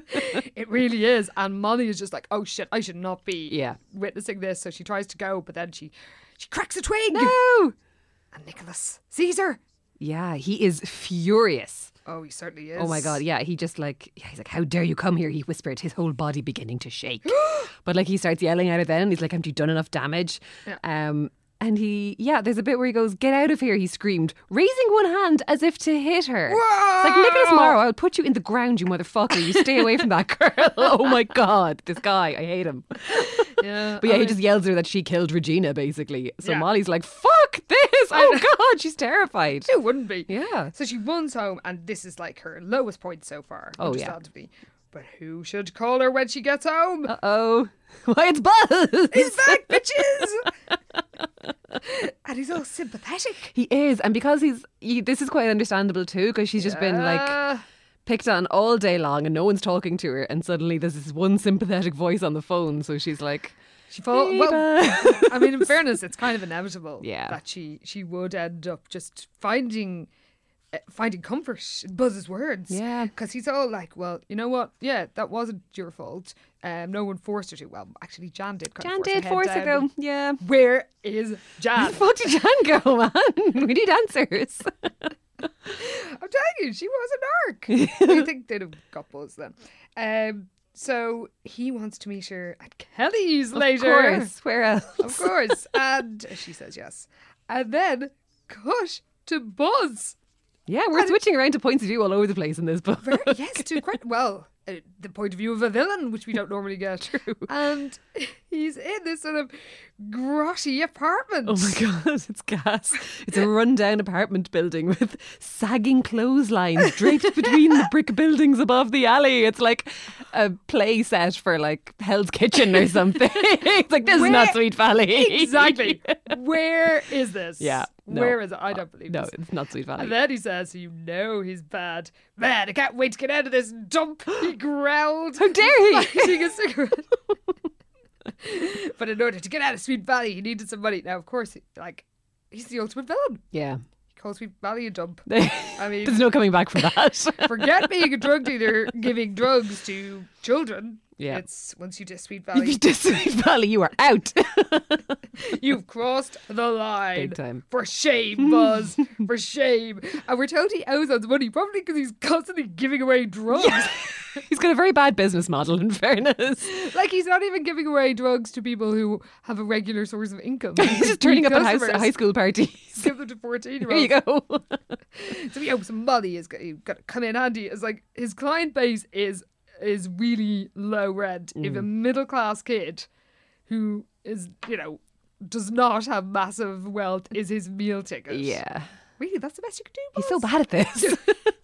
S1: it really is. And Molly is just like, "Oh shit, I should not be
S2: Yeah.
S1: witnessing this." So she tries to go, but then she she cracks a twig,
S2: no.
S1: and Nicholas sees her.
S2: Yeah, he is furious.
S1: Oh, he certainly is.
S2: Oh my god, yeah. He just like yeah, he's like, How dare you come here? He whispered, his whole body beginning to shake. but like he starts yelling at her then and he's like, Haven't you done enough damage? Um and he yeah, there's a bit where he goes, Get out of here, he screamed, raising one hand as if to hit her. It's like Nicholas Morrow, I'll put you in the ground, you motherfucker. You stay away from that girl. oh my god, this guy, I hate him.
S1: Yeah,
S2: But yeah, he just yells at her that she killed Regina, basically. So
S1: Yeah.
S2: Molly's like, Fuck this! Oh god, she's terrified.
S1: Who wouldn't be?
S2: Yeah.
S1: So she runs home, and this is like her lowest point so far.
S2: Oh, yeah.
S1: understandably. But who should call her when she gets home?
S2: Uh oh. Why it's Buzz!
S1: He's back, bitches! and he's all sympathetic.
S2: He is, and because he's he, this is quite understandable too, because she's just been like
S1: Uh,
S2: picked on all day long, and no one's talking to her, and suddenly there's this one sympathetic voice on the phone, so she's like,
S1: she fall.
S2: "Hey,
S1: Well,
S2: Buzz."
S1: I mean, in fairness, it's kind of inevitable.
S2: Yeah.
S1: That she she would end up just finding. uh, Finding comfort in Buzz's words.
S2: Yeah.
S1: Because he's all like, well, you know what? Yeah, that wasn't your fault. Um, no one forced her to. Well, actually, Jan did. Kind
S2: Jan
S1: of force
S2: did
S1: her
S2: force
S1: head
S2: her
S1: down.
S2: go, yeah.
S1: Where is
S2: Where
S1: Jan?
S2: the fuck did Jan go, man? We need answers.
S1: I'm telling you, she was an arc. I think they'd have got balls then. Um, so he wants to meet her at Kelly's later.
S2: Of course, where
S1: Of
S2: else?
S1: course. and she says yes. And then cut to Buzz.
S2: Yeah, we're switching around to points of view all over the place in this book.
S1: Very, yes, to quite well. Uh, the point of view of a villain, which we don't normally get. True. And he's in this sort of grotty apartment.
S2: Oh my god, it's gas. It's a rundown apartment building with sagging clotheslines draped between the brick buildings above the alley. It's like a play set for like Hell's Kitchen or something. it's like this is
S1: Where-
S2: not Sweet Valley.
S1: Exactly. Where is this?
S2: Yeah. No.
S1: Where is it? I don't believe
S2: No,
S1: this.
S2: it's not Sweet Valley.
S1: And then he says, "You know he's bad, man. I can't wait to get out of this dump." He growled,
S2: How dare he?
S1: lighting a cigarette. but in order to get out of Sweet Valley, he needed some money. Now, of course, like he's the ultimate villain.
S2: Yeah.
S1: He calls Sweet Valley a dump. I mean-
S2: there's no coming back from that.
S1: Forget being a drug dealer giving drugs to children.
S2: Yeah.
S1: It's once you diss Sweet
S2: if you
S1: Valley,
S2: diss Sweet Valley, you are out.
S1: you've crossed the line.
S2: Big time.
S1: For shame, Buzz. For shame. And we're told he owes us money, probably because he's constantly giving away drugs.
S2: He's got a very bad business model, in fairness.
S1: Like he's not even giving away drugs to people who have a regular source of income.
S2: He's just turning up at high,
S1: Customers.
S2: high school parties.
S1: Give them to fourteen year
S2: Here you
S1: olds.
S2: go.
S1: So he hopes oh, money is going to come in handy. It's like his client base is is really low rent. If a
S2: Mm.
S1: middle class kid who is you know does not have massive wealth is his meal ticket.
S2: Yeah.
S1: really, that's the best you can do.
S2: He's so
S1: boss?
S2: bad at this.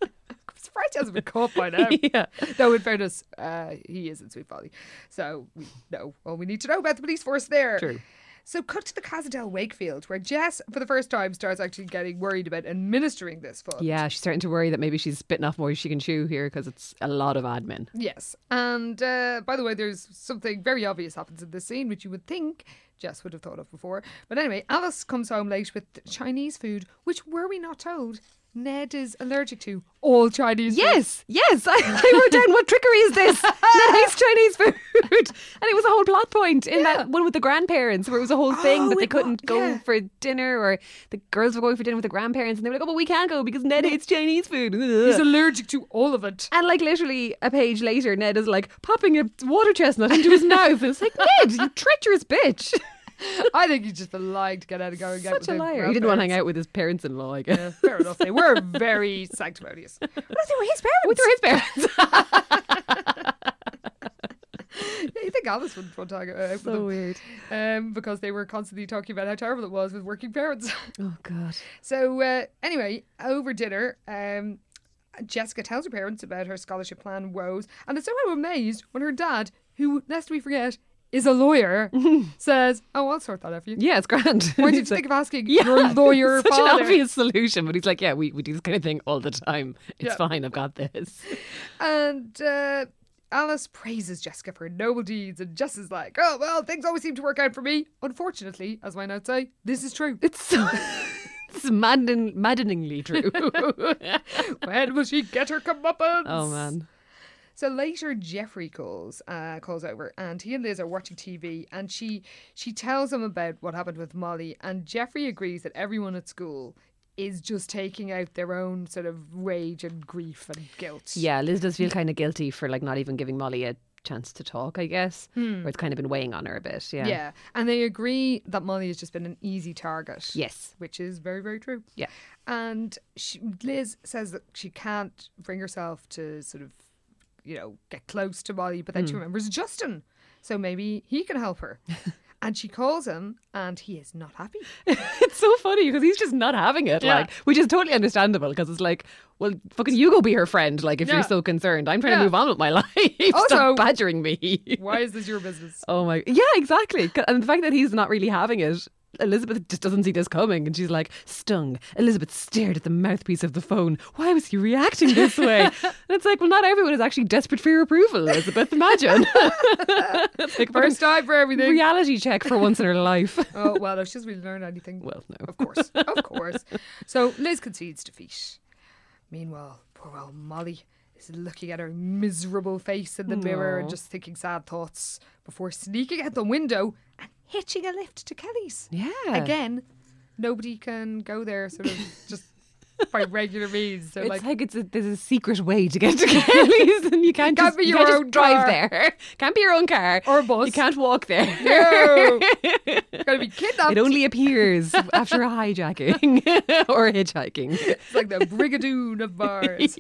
S1: I'm surprised he hasn't been caught by now.
S2: yeah.
S1: No, in fairness, uh, he is in Sweet Valley. So we know all we need to know about the police force there.
S2: True.
S1: So cut to the Casadel Wakefield, where Jess, for the first time, starts actually getting worried about administering this fund.
S2: Yeah, she's starting to worry that maybe she's bitten off more than she can chew here because it's a lot of admin.
S1: Yes. And uh, by the way, there's something very obvious happens in this scene, which you would think Jess would have thought of before. But anyway, Alice comes home late with Chinese food, which were we not told, Ned is allergic to all Chinese food.
S2: Yes, yes. I, I wrote down what trickery is this? Nice Chinese food. And it was a whole plot point in that one with the grandparents where it was a whole thing
S1: Oh,
S2: that they
S1: it wa-
S2: couldn't go
S1: yeah.
S2: for dinner or the girls were going for dinner with the grandparents and they were like, oh, but we can go because Ned hates Chinese food.
S1: He's allergic to all of it.
S2: and like literally a page later, Ned is like popping a water chestnut into his mouth. And it's like, Ned, you treacherous bitch.
S1: I think he's just been lying to get out of going out
S2: Such
S1: with
S2: a
S1: their
S2: liar. He didn't want to
S1: grandparents.
S2: hang out with his parents in law, I guess.
S1: Yeah, fair enough. They were very sanctimonious. Well, they were his parents.
S2: With his parents.
S1: Yeah, you think Alice wouldn't want to hang out with them.
S2: weird.
S1: Um, because they were constantly talking about how terrible it was with working parents.
S2: Oh, God.
S1: so uh, anyway, over dinner, um, Jessica tells her parents about her scholarship plan woes, and is somehow amazed when her dad, who, lest we forget, is a lawyer, says, "Oh, I'll sort that out for you."
S2: Yeah, it's grand.
S1: Why did you
S2: He's like-
S1: think of asking
S2: Yeah,
S1: your lawyer
S2: it's such
S1: father?
S2: an obvious solution, but he's like, yeah, we, we do this kind of thing all the time. It's
S1: Yeah.
S2: fine, I've got this.
S1: And uh, Alice praises Jessica for her noble deeds, and Jess is like, oh, well, things always seem to work out for me. Unfortunately, as my notes say, this is true.
S2: It's so it's madden, maddeningly true.
S1: when will she get her comeuppance?
S2: oh man,
S1: So later, Jeffrey calls, uh, calls over, and he and Liz are watching TV, and she she tells him about what happened with Molly, and Jeffrey agrees that everyone at school is just taking out their own sort of rage and grief and guilt.
S2: yeah, Liz does feel kind of guilty for like not even giving Molly a chance to talk. I guess, or it's kind of been weighing on her a bit. Yeah,
S1: Hmm. Yeah, and they agree that Molly has just been an easy target.
S2: yes,
S1: which is very very true.
S2: Yeah.
S1: and she, Liz says that she can't bring herself to sort of, you know, get close to Molly, but then
S2: Mm.
S1: she remembers Justin, so maybe he can help her. and she calls him, and he is not happy.
S2: it's so funny because he's just not having it.
S1: Yeah.
S2: Like, which is totally understandable because it's like, well, fucking you go be her friend. Like, if
S1: Yeah.
S2: you're so concerned, I'm trying
S1: Yeah.
S2: to move on with my life.
S1: Also-
S2: Stop badgering me.
S1: Why is this your business?
S2: Oh my, yeah, exactly. 'Cause- And the fact that he's not really having it, Elizabeth just doesn't see this coming, and she's like stung. Elizabeth stared at the mouthpiece of the phone. Why was he reacting this way? and it's like, well, not everyone is actually desperate for your approval, Elizabeth. Imagine. It's like
S1: First
S2: first
S1: time for everything.
S2: reality check for once in her life.
S1: oh well, if she doesn't really learn anything.
S2: well, no.
S1: Of course, of course. So Liz concedes defeat. Meanwhile, poor old Molly is looking at her miserable face in the mirror and just thinking sad thoughts before sneaking out the window and hitching a lift to Kelly's.
S2: Yeah.
S1: Again, nobody can go there, sort of just by regular means. So
S2: It's
S1: like,
S2: like, it's a, there's a secret way to get to Kelly's, and you can't,
S1: Can't
S2: just,
S1: be
S2: you
S1: your
S2: can't just
S1: own
S2: drive
S1: car.
S2: there. Can't be your own car
S1: Or a bus.
S2: You can't walk there.
S1: no, you're gonna be kidnapped.
S2: It only appears after a hijacking or hitchhiking.
S1: It's like the brigadoon of bars.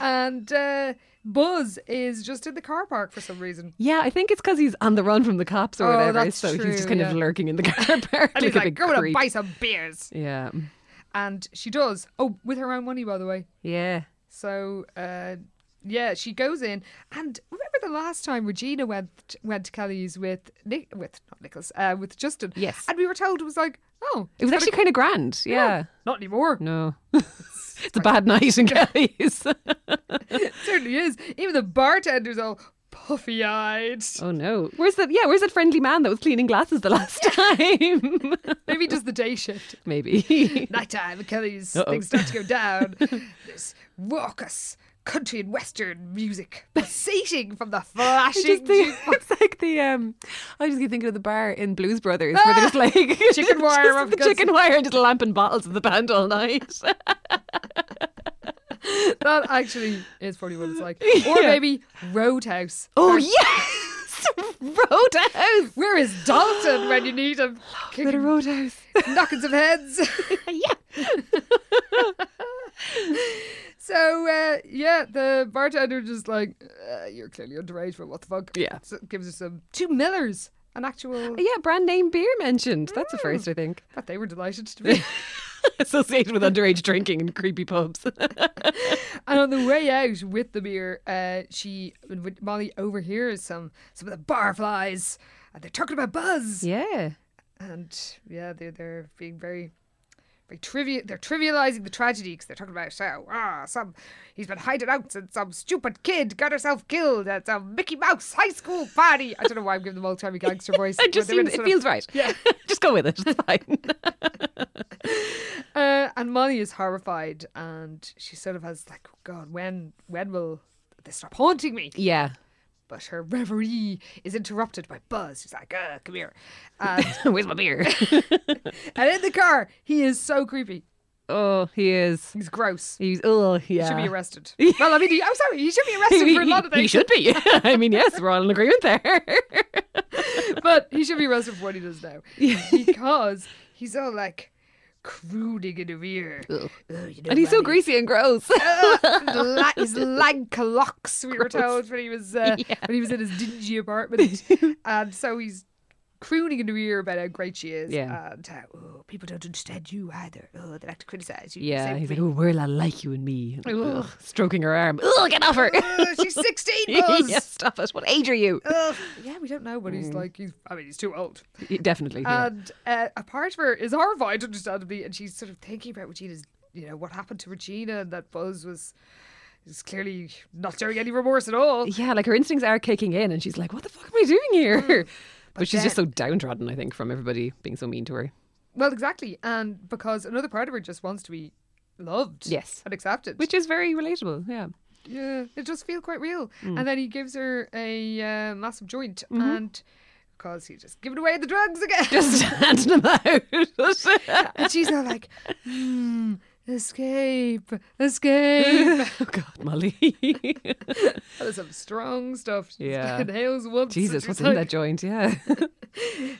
S1: And uh, Buzz is just in the car park for some reason.
S2: Yeah, I think it's because he's on the run from the cops or
S1: Oh,
S2: whatever.
S1: that's
S2: so he's
S1: true,
S2: just kind of
S1: yeah.
S2: lurking in the car park.
S1: And he's
S2: a
S1: like,
S2: big
S1: go and
S2: creep."
S1: buy some beers.
S2: Yeah.
S1: And she does. Oh, with her own money, by the way.
S2: Yeah.
S1: So, uh, yeah, she goes in. And remember the last time Regina went went to Kelly's with Nick, with not Nicholas, uh, with Justin.
S2: Yes.
S1: And we were told it was like, Oh,
S2: It was actually kind of grand. Yeah.
S1: not anymore.
S2: No. it's a bad night in Kelly's.
S1: It certainly is. Even the bartender's all puffy eyed.
S2: oh no. Where's that? Yeah, where's that friendly man that was cleaning glasses the last time?
S1: Maybe just the day shift.
S2: Maybe.
S1: Nighttime, at Kelly's things start to go down. There's raucous country and western music pulsating from the flashing
S2: Just think- it's like the um, I just keep thinking of the bar in Blues Brothers where there's like
S1: Chicken wire
S2: just
S1: up
S2: the
S1: against-
S2: Ah! chicken wire, and just lamping bottles of the band all night.
S1: That actually is probably what it's like. Or
S2: Yeah.
S1: maybe Roadhouse. Oh.
S2: oh yes, Roadhouse.
S1: Where is Dalton when you need him?
S2: Bit of
S1: Kicking,
S2: Roadhouse.
S1: knocking some heads.
S2: yeah.
S1: so, uh, yeah, the bartender just like, uh, you're clearly underage, but what the fuck?
S2: Yeah.
S1: So it gives us some two Millers, an actual.
S2: Yeah, brand name beer mentioned. That's a first, I think.
S1: But they were delighted to be.
S2: Associated with underage drinking and creepy pubs.
S1: and on the way out with the beer, uh, she when Molly overhears some some of the barflies, and they're talking about Buzz.
S2: yeah.
S1: and yeah, they're they're being very, very trivial. They're trivializing the tragedy because they're talking about so ah some he's been hiding out since some stupid kid got herself killed at some Mickey Mouse high school party. I don't know why I'm giving them old timey gangster voice.
S2: I
S1: but
S2: just
S1: they're in a
S2: seems, it
S1: sort of-
S2: feels right.
S1: Yeah.
S2: just go with it. It's fine.
S1: Uh, and Molly is horrified, and she sort of has like, oh God, when when will this stop haunting me?
S2: yeah.
S1: But her reverie is interrupted by Buzz. He's like, uh, come here, and,
S2: Where's my beer?
S1: and in the car he is so creepy.
S2: oh, he is.
S1: He's gross.
S2: He's oh yeah.
S1: He should be arrested. well, I mean, he, I'm sorry, he should be arrested for a lot of
S2: He
S1: things.
S2: should be. I mean, yes, we're all in agreement there.
S1: But he should be arrested for what he does now. because he's all like crooning in her ear. Oh, you know,
S2: and he's so
S1: Manny.
S2: greasy and gross.
S1: His la- his lank locks, we were told when he was uh, when he was in his dingy apartment, and so he's crooning in her ear about how great she is,
S2: Yeah.
S1: and how oh, people don't understand you either. Oh, they like to criticize you.
S2: yeah,
S1: Same
S2: he's
S1: for
S2: like, oh, we're not like you and me. And,
S1: Ugh.
S2: ugh, stroking her arm. Oh, get off her.
S1: me. Oh, she's sixteen. Buzz.
S2: yeah, stop it. What age are you?
S1: Ugh. yeah, we don't know what he's like. He's, I mean, he's too old.
S2: Y- Definitely. Mm. yeah.
S1: And uh, a part of her is horrified, understandably, and she's sort of thinking about Regina's, you know, what happened to Regina and that Buzz was is clearly not showing any remorse at all.
S2: Yeah, like her instincts are kicking in, and she's like, "What the fuck am I doing here?" Mm. But, she's just so downtrodden, I think, from everybody being so mean to her.
S1: Well, exactly. And because another part of her just wants to be loved.
S2: Yes.
S1: And accepted.
S2: Which is very relatable. Yeah,
S1: yeah, it just feels quite real.
S2: Mm.
S1: And then he gives her a uh, massive joint and because he's just giving away the drugs again.
S2: Mm-hmm. just handing them out.
S1: and she's all like, hmm, escape, escape.
S2: oh God, Molly.
S1: That is some strong stuff. She
S2: Yeah.
S1: Inhales once. and
S2: Jesus,
S1: she's
S2: what's
S1: like-
S2: in that joint? Yeah,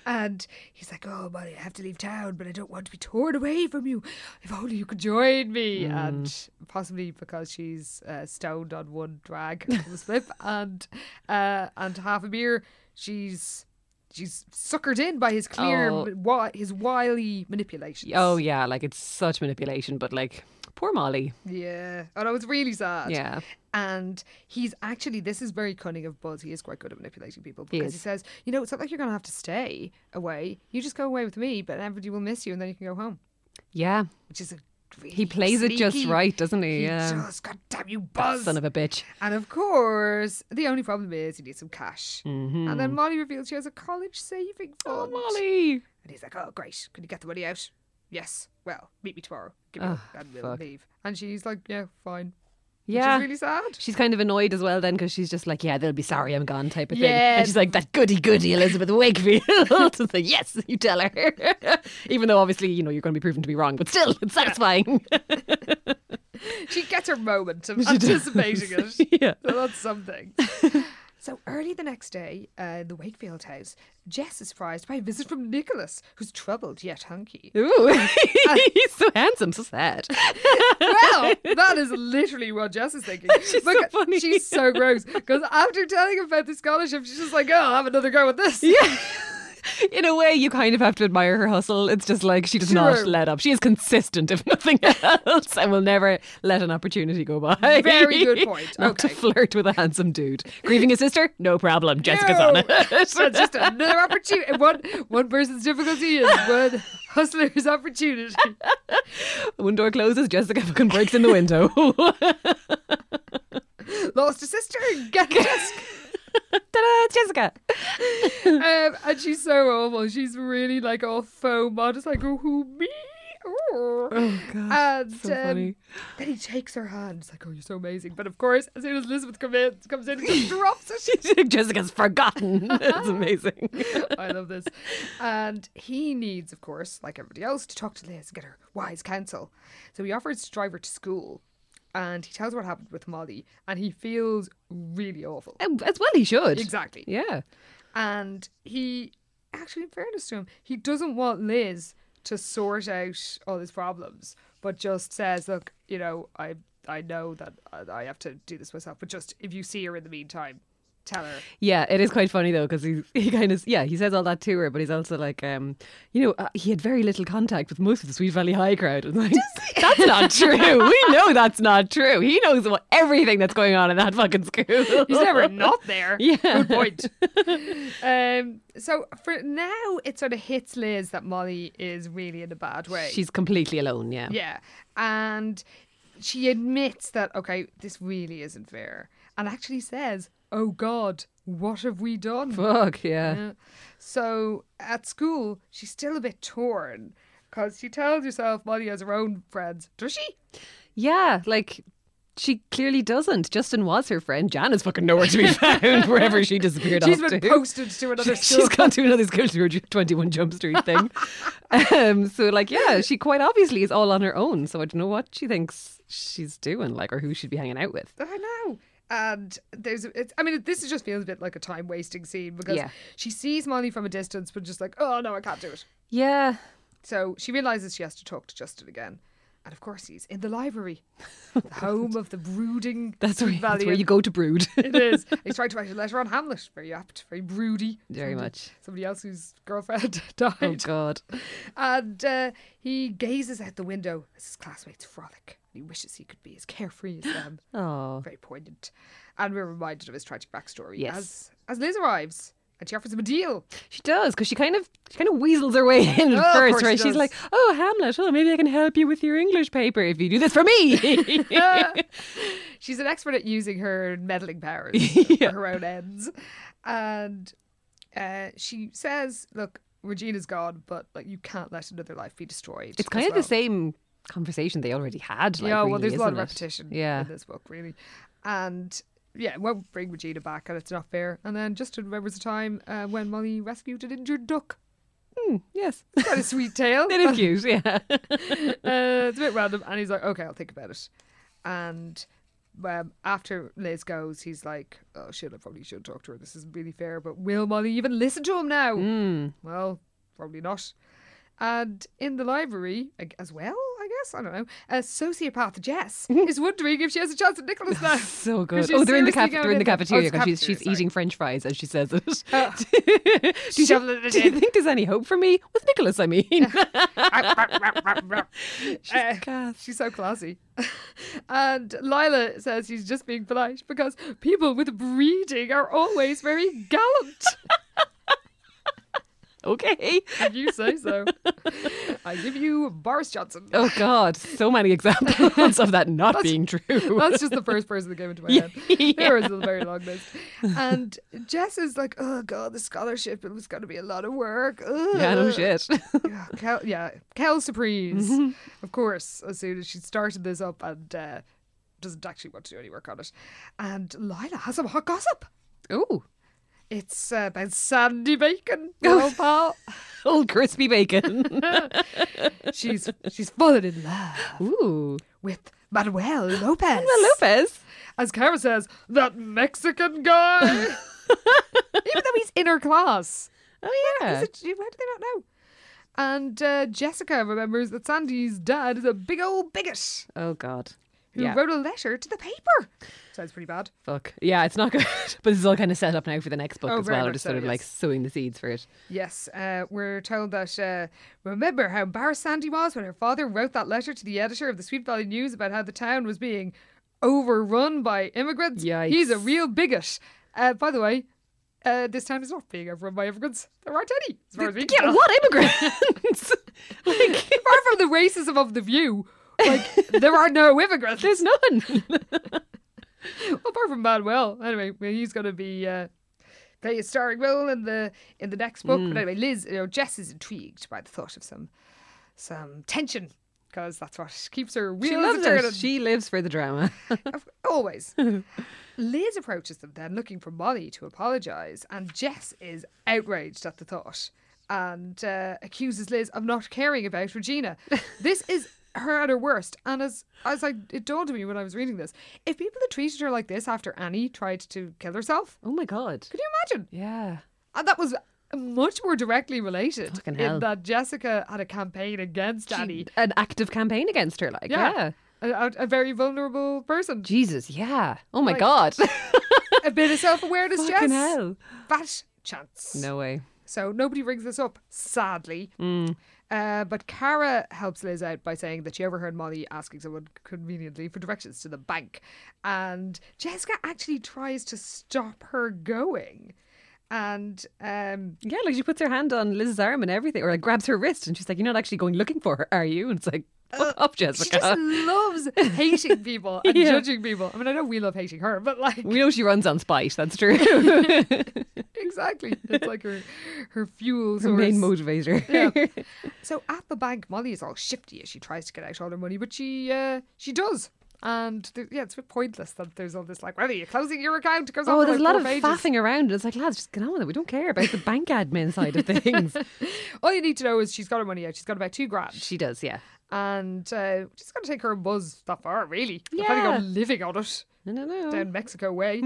S1: And he's like, "Oh, Molly, I have to leave town, but I don't want to be torn away from you. If only you could join me."
S2: Mm.
S1: And possibly because she's uh, stoned on one drag from the slip and uh, and half a beer, she's she's suckered in by his clear,
S2: Oh.
S1: wi- his wily manipulations.
S2: oh yeah, like it's such manipulation, but like poor Molly.
S1: yeah. Oh no, it's really sad.
S2: Yeah,
S1: And he's actually, this is very cunning of Buzz. He is quite good at manipulating people because he
S2: is.
S1: says, you know, it's not like you're going to have to stay away. You just go away with me, but everybody will miss you and then you can go home,
S2: yeah,
S1: which is a really
S2: he plays it just
S1: sneaky-
S2: right, doesn't he?
S1: He
S2: yeah,
S1: just, God damn you, Buzz.
S2: son of a bitch.
S1: and of course, the only problem is he needs some cash. And then Molly reveals she has a college saving
S2: Mm-hmm. Oh,
S1: fund.
S2: Molly.
S1: And he's like, oh, great. Can you get the money out? Yes. Well, meet me tomorrow. Give me a- and we'll
S2: fuck.
S1: leave. And she's like, yeah, fine.
S2: Yeah.
S1: Which is really sad.
S2: She's kind of annoyed as well then because she's just like, yeah, they'll be sorry I'm gone type of thing.
S1: Yeah.
S2: And she's like, that goody goody Elizabeth Wakefield. it's like, yes, you tell her. Even though obviously, you know, you're going to be proven to be wrong, but still, it's satisfying.
S1: She gets her moment of anticipating it.
S2: yeah.
S1: So that's something. so early the next day, uh, in the Wakefield house, Jess is surprised by a visit from Nicholas, who's troubled yet hunky.
S2: Ooh. He's so handsome, so sad.
S1: well, that is literally what Jess is thinking. she's
S2: so funny.
S1: She's so gross. Because after telling him about the scholarship, she's just like, oh, I'll have another go with this.
S2: Yeah. in a way, you kind of have to admire her hustle. It's just like she does not
S1: Sure.
S2: let up. She is consistent, if nothing else, and will never let an opportunity go by.
S1: Very good point.
S2: not to
S1: Okay.
S2: flirt with a handsome dude. Grieving a sister, no problem. Jessica's on it.
S1: That's just another opportunity. One one person's difficulty is one hustler's opportunity.
S2: One door closes, Jessica fucking breaks in the window.
S1: Lost a sister, get a desk.
S2: Ta-da, it's Jessica.
S1: Um, and she's so awful. She's really like all faux modest, like oh, who me. Oh, and um,
S2: so funny.
S1: then he shakes her hand. It's like, "Oh, you're so amazing!" But of course, as soon as Elizabeth come in, comes in, he just drops it.
S2: Jessica's forgotten. It's amazing.
S1: I love this. And he needs, of course, like everybody else, to talk to Liz and get her wise counsel. So he offers to drive her to school and he tells her what happened with Molly and he feels really awful.
S2: Um, As well, he should.
S1: Exactly.
S2: Yeah.
S1: And he, actually, in fairness to him, he doesn't want Liz to sort out all his problems, but just says, look, you know, I. I know that I- I have to do this myself, but just if you see her in the meantime, tell her.
S2: Yeah, it is quite funny though because he he kind of yeah he says all that to her, but he's also like um you know uh, he had very little contact with most of the Sweet Valley High crowd. And like, that's not true. We know that's not true. He knows what, everything that's going on in that fucking school.
S1: He's never not there.
S2: Yeah.
S1: Good point. um, so for now, it sort of hits Liz that Molly is really in a bad way.
S2: She's completely alone. Yeah.
S1: yeah, and she admits that okay, this really isn't fair, and actually says, "Oh God, what have we done?"
S2: Fuck yeah.
S1: Yeah. So at school, she's still a bit torn because she tells herself Molly has her own friends. Does she?
S2: Yeah, like she clearly doesn't. Justin was her friend. Jan is fucking nowhere to be found wherever she disappeared
S1: She's
S2: off
S1: been
S2: to.
S1: posted to another
S2: She-
S1: school.
S2: She's gone to another school to her 21 Jump Street thing. um, so, like, yeah, she quite obviously is all on her own. So, I don't know what she thinks she's doing, like, or who she'd be hanging out with.
S1: I know. And there's, it's, I mean, this just feels a bit like a time wasting scene because
S2: Yeah.
S1: she sees Molly from a distance, but just like, oh no, I can't do it.
S2: Yeah.
S1: So she realizes she has to talk to Justin again. And of course, he's in the library, the home of the brooding.
S2: That's where,
S1: Sweet
S2: that's
S1: Valley.
S2: where you go to brood.
S1: It is. He's trying to write a letter on Hamlet. Very apt, very broody.
S2: Very
S1: Somebody-
S2: much.
S1: Somebody else whose girlfriend died.
S2: Oh, God.
S1: And uh, he gazes out the window as his classmates frolic. He wishes he could be as carefree as them.
S2: Oh.
S1: Very poignant. And we're reminded of his tragic backstory
S2: Yes.
S1: as, as Liz arrives and she offers him a deal.
S2: She does because she kind of she kind of weasels her way in
S1: Oh,
S2: at
S1: of
S2: first,
S1: course
S2: right?
S1: she
S2: She's
S1: does.
S2: like, "Oh, Hamlet, oh, maybe I can help you with your English paper if you do this for me."
S1: She's an expert at using her meddling powers
S2: Yeah.
S1: for her own ends. And uh, she says, Look, Regina's gone, but like you can't let another life be destroyed.
S2: It's kind
S1: as
S2: of the
S1: well."
S2: same conversation they already had. Like,
S1: yeah, well,
S2: really,
S1: there's a lot of
S2: isn't it?
S1: repetition
S2: Yeah.
S1: in this book, really. And yeah, it won't bring Regina back, and it's not fair. And then Justin remembers the time uh, when Molly rescued an injured duck.
S2: Yes.
S1: Quite a sweet tale.
S2: it is cute. Yeah.
S1: uh, it's a bit random. And he's like, okay, I'll think about it. And um, after Liz goes, he's like, oh shit, I probably should talk to her. This isn't really fair. But will Molly even listen to him now?
S2: Hmm.
S1: Well, probably not. And in the library ag- as well, I guess. I don't know. A sociopath Jess is wondering if she has a chance at Nicholas now.
S2: So good.
S1: 'Cause she's
S2: Oh, they're in the
S1: seriously going
S2: caf- they're in the
S1: there. Oh,
S2: cafeteria
S1: it's
S2: because she's, she's
S1: cafeteria, sorry.
S2: eating French fries as she says it. do, you,
S1: Oh. shoveling it
S2: do you
S1: in.
S2: think there's any hope for me with Nicholas? I mean,
S1: Uh,
S2: class.
S1: she's so classy. and Lila says she's just being polite because people with breeding are always very gallant. uh,
S2: okay.
S1: if you say so. I give you Boris Johnson.
S2: Oh God, so many examples of that not being true.
S1: That's just the first person that came into my head. There was a very long list. And Jess is like, oh God, the scholarship, it was going to be a lot of work. Ugh."
S2: yeah, no shit.
S1: Yeah, Kel, yeah, Kel Surprise. Of course, as soon as she started this up and uh, doesn't actually want to do any work on it. And Lila has some hot gossip.
S2: oh,
S1: It's uh, about Sandy Bacon, your old pal.
S2: old crispy bacon.
S1: She's, she's fallen in love
S2: Ooh,
S1: with Manuel Lopez.
S2: Lopez.
S1: As Kara says, that Mexican guy. Even though he's in her class.
S2: Oh yeah.
S1: Is it, why do they not know? And uh, Jessica remembers that Sandy's dad is a big old bigot.
S2: Oh God.
S1: who
S2: Yeah.
S1: wrote a letter to the paper. Sounds pretty bad.
S2: Fuck. Yeah, it's not good. but this is all kind of set up now for the next book
S1: Oh,
S2: as
S1: very
S2: well. We're
S1: much
S2: just
S1: so,
S2: sort of like
S1: yes.
S2: sowing the seeds for it.
S1: Yes, uh, we're told that. Uh, remember how embarrassed Sandy was when her father wrote that letter to the editor of the Sweet Valley News about how the town was being overrun by immigrants? He's a
S2: Yikes.
S1: real bigot. Uh, by the way, uh, this town is not being overrun by immigrants. There aren't any. As far as we can
S2: Yeah,
S1: tell.
S2: what immigrants? like,
S1: Apart from the racism of the view, like, there are no immigrants.
S2: there's none.
S1: apart from Manuel. Anyway, well, he's going to be uh, play a starring role in the in the next book.
S2: Mm.
S1: But anyway, Liz, you know, Jess is intrigued by the thought of some some tension because that's what keeps her wheels
S2: She loves
S1: turning.
S2: it. She lives for the drama.
S1: Of- Always. Liz approaches them then, looking for Molly to apologise, and Jess is outraged at the thought and uh, accuses Liz of not caring about Regina. This is her at her worst, and as as I it dawned on me when I was reading this, if people had treated her like this after Annie tried to kill herself,
S2: Oh my god.
S1: could you imagine?
S2: Yeah.
S1: And that was much more directly related
S2: Fucking
S1: in
S2: hell.
S1: that Jessica had a campaign against Annie.
S2: An active campaign against her, like yeah.
S1: A, a- a very vulnerable person.
S2: Jesus, yeah. Oh my
S1: Like-
S2: god.
S1: a bit of self awareness, Jess.
S2: Fucking hell.
S1: Bat chance.
S2: No Mm. way.
S1: So nobody brings this up, sadly. Uh, but Cara helps Liz out by saying that she overheard Molly asking someone conveniently for directions to the bank. And Jessica actually tries to stop her going. And um,
S2: Yeah, like she puts her hand on Liz's arm and everything, or like grabs her wrist, and she's like, "You're not actually going looking for her, are you?" And it's like, "Fuck up,
S1: she just
S2: Jessica."
S1: loves hating people and
S2: Yeah.
S1: judging people. I mean, I know we love hating her, but like,
S2: We know she runs on spite. That's true.
S1: exactly. It's like her, her fuel
S2: her main
S1: source.
S2: motivator.
S1: So at the bank, Molly is all shifty as she tries to get out all her money, but she uh, she does. And th- yeah, it's a bit pointless that there's all this like, whether you're closing your account, it goes on
S2: Oh,
S1: for
S2: there's a
S1: like
S2: lot
S1: four
S2: of
S1: pages.
S2: faffing around. It's like, lads, just get on with it. We don't care about the bank admin side of things.
S1: All you need to know is she's got her money out. She's got about two grand,
S2: she does, yeah.
S1: and uh, just gonna take her a buzz that far, really. They're probably
S2: Yeah. Oh.
S1: gone living on it
S2: No, no, no.
S1: down Mexico way,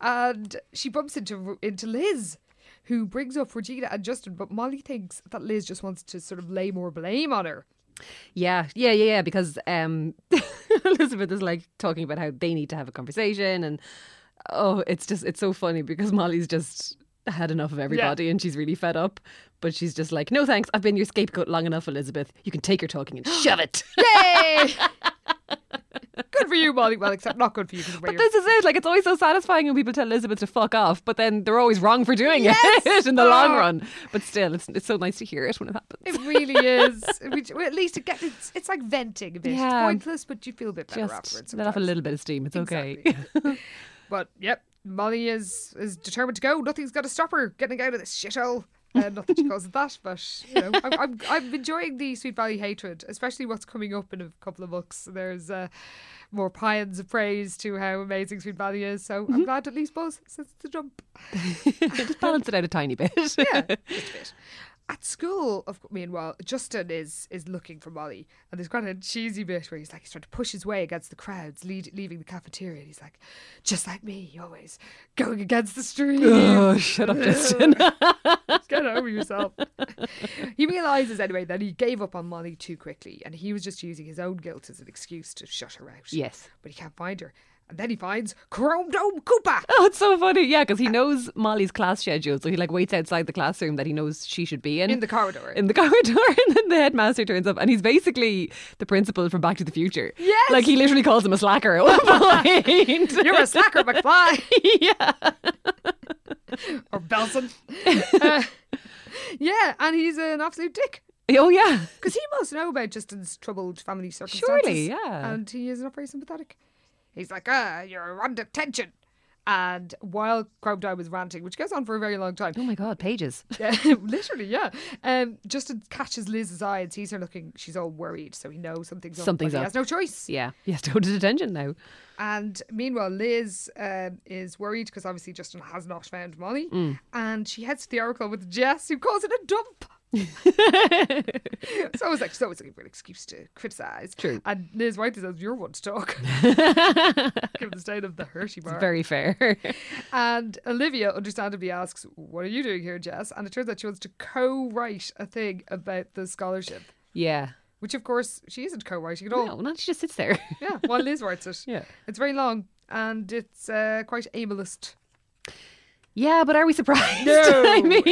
S1: and she bumps into into Liz. Who brings up Regina and Justin, but Molly thinks that Liz just wants to sort of lay more blame on her.
S2: Yeah, yeah, yeah, yeah. Because um, Elizabeth is like talking about how they need to have a conversation, and oh, it's just it's so funny because Molly's just had enough of everybody and she's really fed up. But she's just like, no thanks. I've been your scapegoat long enough, Elizabeth. You can take your talking and shove it.
S1: Yay! good for you, Molly. Well, except not good for you. 'cause
S2: But
S1: you're-
S2: this is it. Like, it's always so satisfying when people tell Elizabeth to fuck off, but then they're always wrong for doing it in the long
S1: Oh.
S2: run. But still, it's it's so nice to hear it when it happens.
S1: It really is. We, well, at least it gets, it's, it's like venting a bit.
S2: Yeah.
S1: It's pointless, but you feel a bit better afterwards.
S2: just let off a
S1: sometimes.
S2: little bit of steam. It's okay.
S1: Exactly. but yep, Molly is is determined to go. Nothing's going to stop her getting out of this shithole. Uh, not that she calls it that, but you know, I'm, I'm I'm enjoying the Sweet Valley hatred, especially what's coming up in a couple of books. There's uh, more pions of praise to how amazing Sweet Valley is, so
S2: Mm-hmm.
S1: I'm glad at least both since the jump.
S2: just balance it out a tiny bit.
S1: Just a bit. At school, of cou- meanwhile, Justin is is looking for Molly, and there's quite a cheesy bit where he's like he's trying to push his way against the crowds, lead, leaving the cafeteria, and he's like, just like me, always going against the stream.
S2: Oh, shut up, Justin.
S1: Get over yourself. he realizes anyway that he gave up on Molly too quickly, and he was just using his own guilt as an excuse to shut her out.
S2: Yes.
S1: but he can't find her, and then he finds Chrome Dome Koopa.
S2: Oh, it's so funny. Yeah, because he knows Molly's class schedule, so he like waits outside the classroom that he knows she should be in.
S1: In the corridor.
S2: In the corridor, and then the headmaster turns up, and he's basically the principal from Back to the Future.
S1: Yes!
S2: like he literally calls him a slacker at one point.
S1: You're a slacker, McFly.
S2: yeah,
S1: or Belson. Uh, yeah, and he's an absolute dick
S2: oh yeah,
S1: because he must know about Justin's troubled family circumstances.
S2: surely, yeah.
S1: And he is not very sympathetic. He's like, ah, you're under tension. And while Crowdeye was ranting, which goes on for a very long time,
S2: oh my god, pages.
S1: yeah, literally, yeah. Um, Justin catches Liz's eye and sees her looking. She's all worried, so he knows something's up.
S2: Something's
S1: but He
S2: up.
S1: has no choice.
S2: Yeah, he has to go to detention now.
S1: And meanwhile, Liz um, is worried because obviously Justin has not found Molly.
S2: Mm.
S1: And she heads to the Oracle with Jess, who calls it a dump. it's always like she's always looking for an excuse to criticize.
S2: True.
S1: And Liz White says, You're one to talk. Given the state of the Hershey bar.
S2: Very fair.
S1: and Olivia understandably asks, What are you doing here, Jess? And it turns out she wants to co write a thing about the scholarship.
S2: yeah,
S1: which of course she isn't co-writing at all.
S2: No, not she just sits there.
S1: Yeah, while Liz writes it.
S2: Yeah.
S1: It's very long and it's uh, quite ableist.
S2: Yeah, but are we surprised?
S1: No.
S2: I mean,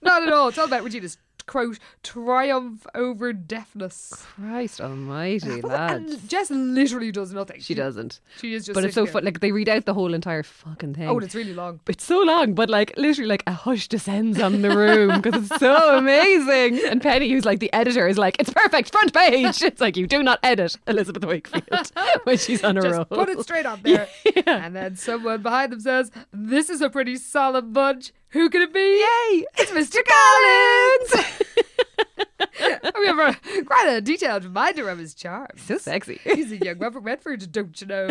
S1: Not at all. It's all about Regina's quote triumph over deafness.
S2: Christ Almighty, lad.
S1: And Jess literally does nothing.
S2: She doesn't.
S1: She is just.
S2: But it's so
S1: sitting
S2: fun.
S1: there.
S2: Like they read out the whole entire fucking thing.
S1: Oh, and it's really long.
S2: it's so long, but like literally, like a hush descends on the room because it's so amazing. And Penny, who's like the editor, is like, "It's perfect, front page." It's like you do not edit Elizabeth Wakefield when she's on a roll.
S1: Just put it straight on there. And then someone behind them says, This is a pretty solemn bunch. Who could it be? Yay! It's Mr. Collins! I mean, I've got quite a detailed reminder of his charm.
S2: so sexy.
S1: He's a young Robert Redford, don't you know?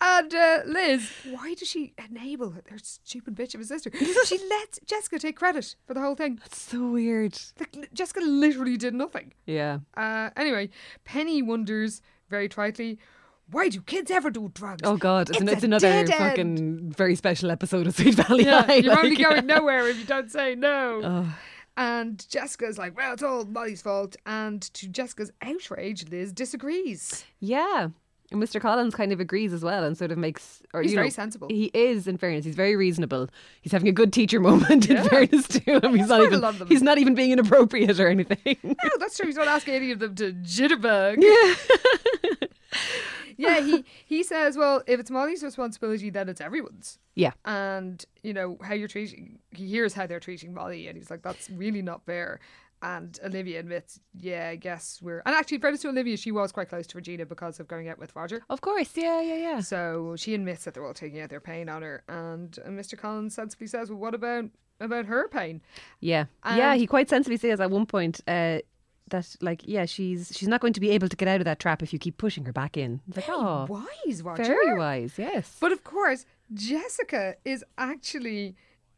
S1: and uh, Liz, why does she enable their stupid bitch of a sister? She lets Jessica take credit for the whole thing.
S2: so weird.
S1: Like, li- Jessica literally did nothing.
S2: Yeah.
S1: Uh, anyway, Penny wonders very tritely, why do kids ever do drugs?
S2: Oh God, it's, an,
S1: It's
S2: it's
S1: a
S2: another
S1: dead end.
S2: fucking very special episode of Sweet Valley
S1: Yeah,
S2: High.
S1: you're only
S2: like-
S1: going nowhere if you don't say no.
S2: Oh.
S1: And Jessica's like, well, it's all Molly's fault. And to Jessica's outrage, Liz disagrees.
S2: Yeah. And Mr. Collins kind of agrees as well and sort of makes. Or,
S1: He's
S2: you
S1: very
S2: know,
S1: sensible.
S2: He is, in fairness. He's very reasonable. He's having a good teacher moment, in fairness to him. He's not,
S1: quite a lot of
S2: even,
S1: them.
S2: he's not even being inappropriate or anything.
S1: No, that's true. He's not asking any of them to jitterbug. Yeah. yeah, he, he says, well, if it's Molly's responsibility, then it's everyone's.
S2: yeah.
S1: And, you know, how you're treating, he hears how they're treating Molly, and he's like, that's really not fair. And Olivia admits, yeah, I guess we're. And actually, in fairness to Olivia, she was quite close to Regina because of going out with Roger.
S2: Of course. Yeah, yeah, yeah.
S1: So she admits that they're all taking out their pain on her, and uh, Mr. Collins sensibly says, "Well, what about about her pain?"
S2: Yeah. yeah, he quite sensibly says at one point uh, that, like, yeah, she's she's not going to be able to get out of that trap if you keep pushing her back in. It's Like, oh,
S1: Wise, Roger.
S2: very wise, yes.
S1: But of course, Jessica is actually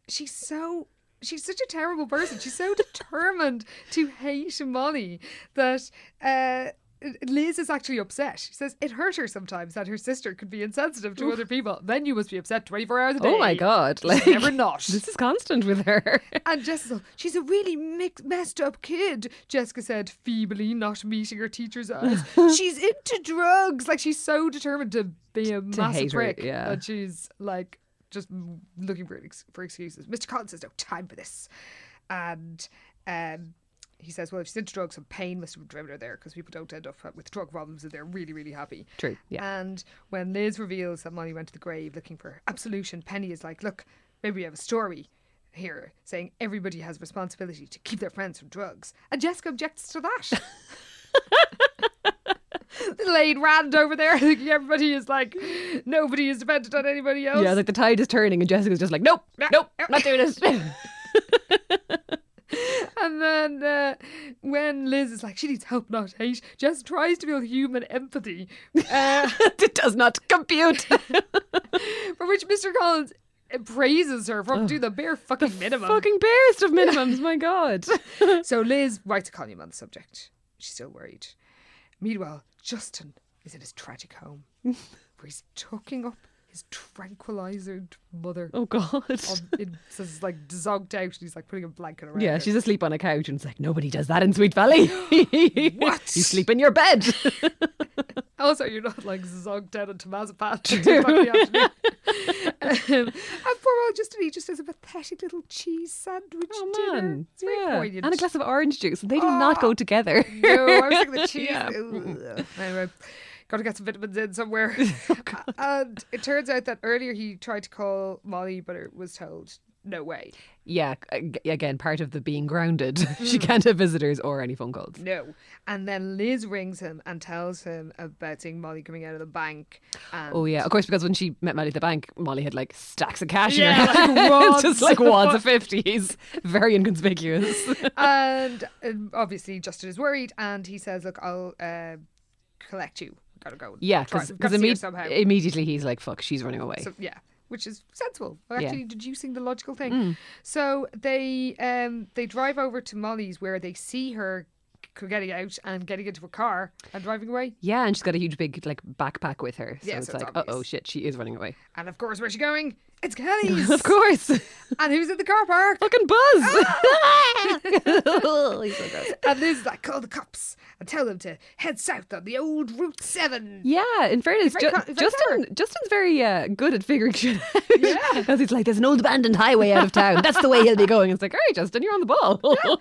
S1: she's so she's such a terrible person. She's so determined to hate Molly that uh Liz is actually upset. She says it hurt her sometimes that her sister could be insensitive to other people. Then you must be upset 24 hours a day.
S2: Oh my God. Like,
S1: She's never not.
S2: This is constant with her.
S1: And Jessica, she's a really mix- messed up kid, Jessica said feebly, not meeting her teacher's eyes. she's into drugs. Like, she's so determined to be a massive
S2: hate her,
S1: prick
S2: yeah.
S1: that she's, like, just m- looking for, ex- for excuses. Mr. Collins has no time for this. And um, he says, well, if she's into drugs, some pain must have driven her there because people don't end up with drug problems if they're really, really happy.
S2: True, yeah.
S1: And when Liz reveals that Molly went to the grave looking for absolution, Penny is like, Look, maybe we have a story here saying everybody has a responsibility to keep their friends from drugs. And Jessica objects to that. Lane Rand over there thinking everybody is like, nobody is dependent on anybody else.
S2: Yeah, like the tide is turning, and Jessica's just like, nope,
S1: No,
S2: nope,
S1: no."
S2: not doing this.
S1: And then uh, when Liz is like, she needs help, not hate, Jess tries to build human empathy, uh,
S2: it does not compute.
S1: for which Mr. Collins praises her for do the bare fucking minimum.
S2: Fucking barest of minimums, my god.
S1: So Liz writes a column on the subject. She's still worried. Meanwhile, Justin is in his tragic home, where he's tucking up his tranquilizered mother.
S2: Oh god.
S1: On, in, so it's like zogged out, and he's like putting a blanket around.
S2: Yeah,
S1: her.
S2: she's asleep on a couch, and it's like nobody does that in Sweet Valley.
S1: What?
S2: You sleep in your bed.
S1: Also, you're not like zogged out into Mazepam. at two o'clock in the afternoon. um, and poor old Justin, he just has a pathetic little cheese sandwich
S2: Oh
S1: dinner.
S2: man,
S1: It's very
S2: yeah,
S1: poignant.
S2: and a glass of orange juice, and they do not go together.
S1: No, I was thinking the cheese.
S2: Yeah.
S1: Ugh. Anyway, got to get some vitamins in somewhere. and it turns out that earlier he tried to call Molly, but it was told no way,
S2: yeah, ag- again, part of the being grounded. she can't have visitors or any phone calls.
S1: Mm. no. And then Liz rings him and tells him about seeing Molly coming out of the bank. And
S2: Oh yeah, of course, because when she met Molly at the bank, Molly had like stacks of cash
S1: Yeah,
S2: in her hand.
S1: like wads.
S2: just like wads of fifties, very inconspicuous.
S1: and um, obviously Justin is worried, and he says, "Look, I'll uh, collect you. Gotta go.
S2: Yeah,
S1: Try-
S2: because
S1: gotta see her somehow."
S2: immediately he's like, "Fuck, she's running away."
S1: So yeah, which is sensible. We're
S2: Yeah. Mm.
S1: actually deducing the logical thing. So they um they drive over to Molly's where they see her c- getting out and getting into a car and driving away.
S2: yeah, and she's got a huge big like backpack with her, so
S1: Yeah,
S2: it's
S1: so it's
S2: like, "Uh
S1: obvious.
S2: oh, shit, she is running away."
S1: And of course, where's she going? It's Kelly's.
S2: Of course.
S1: And who's in the car park?
S2: Fucking Buzz. He's so gross.
S1: And Liz is like, call the cops and tell them to head south on the old Route 7.
S2: Yeah, in fairness,
S1: very
S2: Ju-
S1: cla- very
S2: Justin
S1: clever.
S2: Justin's very uh, good at figuring shit out.
S1: Yeah.
S2: Because he's like, there's an old abandoned highway out of town. That's the way he'll be going. It's like, all right, Justin, you're on the ball. well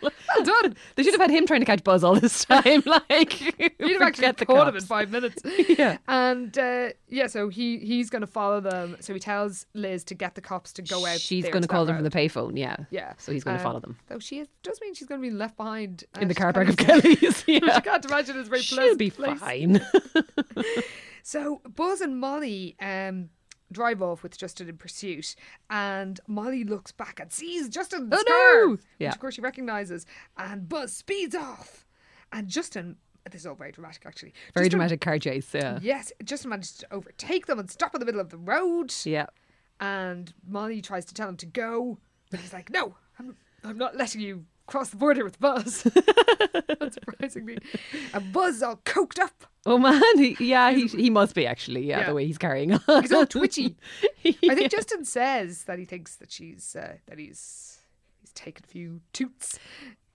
S2: done. They should have had him trying to catch Buzz all this time. Like,
S1: You'd have
S2: you'd
S1: actually caught him in five minutes.
S2: Yeah.
S1: And uh, yeah, so he he's going to follow them. So he tells Liz to get the cops to go out.
S2: She's
S1: there
S2: going to
S1: to
S2: call
S1: that
S2: them from the
S1: road.
S2: payphone. Yeah.
S1: Yeah.
S2: So he's going to
S1: Um,
S2: follow them
S1: Though she is, does mean she's going to be left behind uh,
S2: in the
S1: she
S2: car park of
S1: can't-
S2: Kelly's. yeah.
S1: I can't imagine it's a very
S2: She'll
S1: pleasant.
S2: be
S1: place.
S2: fine.
S1: So Buzz and Molly um, drive off with Justin in pursuit, and Molly looks back and sees Justin's
S2: Oh,
S1: car,
S2: no!
S1: which
S2: Yeah.
S1: of course she recognizes, and Buzz speeds off, and Justin. This is all very dramatic, actually.
S2: Very
S1: Justin-
S2: dramatic car chase. Yeah.
S1: Yes, Justin manages to overtake them and stop in the middle of the road,
S2: Yeah.
S1: and Molly tries to tell him to go, but he's like, "No, I'm, I'm not letting you." Cross the border with Buzz. Unsurprisingly. And Buzz is all coked up.
S2: Oh man. He, yeah. He, he must be actually. Yeah,
S1: Yeah.
S2: The way he's carrying on.
S1: He's all twitchy. I think Justin says that he thinks that she's uh, that he's he's taken a few toots.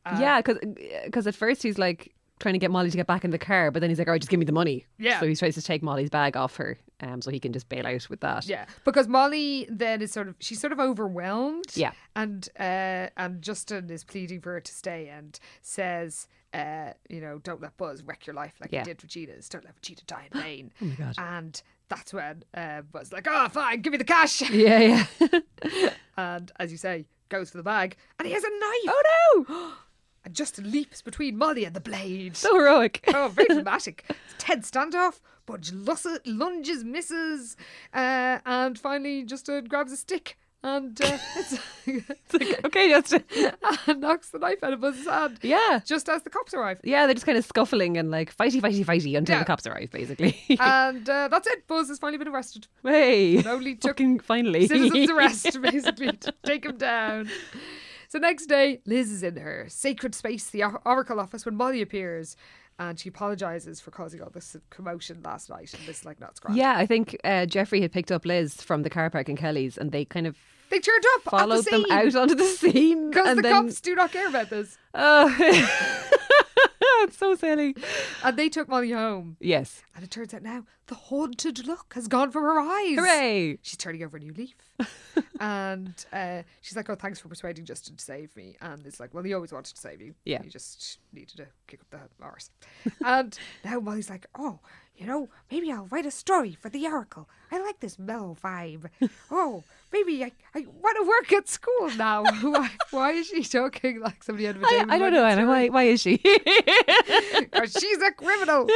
S1: Uh,
S2: Yeah, because at first he's like trying to get Molly to get back in the car, but then he's like, all right, just give me the money.
S1: Yeah.
S2: So he tries to take Molly's bag off her um, so he can just bail out with that.
S1: Yeah, because Molly then is sort of she's sort of overwhelmed.
S2: Yeah.
S1: and uh, and Justin is pleading for her to stay and says, uh, you know, don't let Buzz wreck your life like
S2: Yeah.
S1: he did Regina's. Don't let Regina die in vain. oh
S2: my God.
S1: And that's when uh, Buzz is like, oh fine, give me the cash.
S2: Yeah, yeah.
S1: and as you say, goes for the bag, and he has a knife.
S2: oh no!
S1: And Justin leaps between Molly and the blade.
S2: So heroic.
S1: Oh, very dramatic. It's Ted standoff, Budge lus- lunges, misses, uh, and finally just uh, grabs a stick and, uh, it's-
S2: okay, Justin.
S1: and knocks the knife out of Buzz's hand.
S2: Yeah.
S1: Just as the cops arrive.
S2: Yeah, they're just kind of scuffling and like fighty, fighty, fighty until
S1: Yeah.
S2: the cops arrive, basically.
S1: And uh, that's it. Buzz has finally been arrested.
S2: hey.
S1: only took
S2: Fucking finally.
S1: Citizens arrest, basically, to take him down. So next day, Liz is in her sacred space, the or- Oracle office, when Molly appears. And she apologizes for causing all this commotion last night. And this, like, not scratch.
S2: Yeah, I think uh, Jeffrey had picked up Liz from the car park in Kelly's and they kind of
S1: They turned up. at the
S2: followed them
S1: scene.
S2: out onto the scene.
S1: Because
S2: and
S1: the
S2: then,
S1: cops do not care about this.
S2: Oh. it's so silly.
S1: And they took Molly home.
S2: Yes.
S1: And it turns out now the haunted look has gone from her eyes.
S2: Hooray.
S1: She's turning over a new leaf. and uh, she's like, Oh, thanks for persuading Justin to save me. And it's like, Well, he always wanted to save you.
S2: Yeah.
S1: You just needed to kick up the arse. and now Molly's like, Oh, you know, maybe I'll write a story for the Oracle. I like this mellow vibe. Oh, maybe I, I want to work at school now. why, why is she talking like somebody out of a
S2: I,
S1: David
S2: I don't
S1: Wyden
S2: know, Anna.
S1: story?
S2: Why, why is she?
S1: or she's a criminal.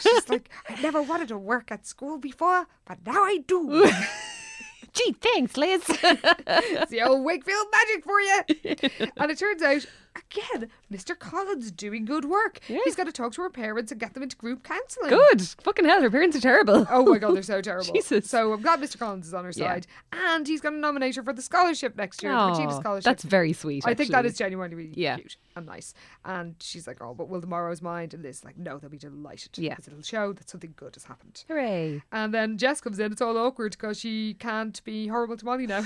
S1: she's like, I never wanted to work at school before, but now I do.
S2: Gee, thanks, Liz.
S1: It's the old Wakefield magic for you. and it turns out, again, Mr. Collins doing good work. He's got to talk to her parents and get them into group counselling.
S2: Good. Fucking hell, her parents are terrible.
S1: Oh my god, they're so terrible.
S2: Jesus.
S1: So I'm glad Mr. Collins is on her
S2: Yeah.
S1: side. And he's going to nominate her for the scholarship next year, the Regina
S2: Aw,
S1: Scholarship.
S2: that's very sweet.
S1: I think that
S2: actually.
S1: is genuinely really
S2: Yeah.
S1: cute and nice. And she's like, oh, but will tomorrow's mind? And Liz is like, no, they'll be delighted.
S2: Yeah.
S1: Because it'll show that something good has happened.
S2: Hooray.
S1: And then Jess comes in. It's all awkward because she can't be horrible to Molly now.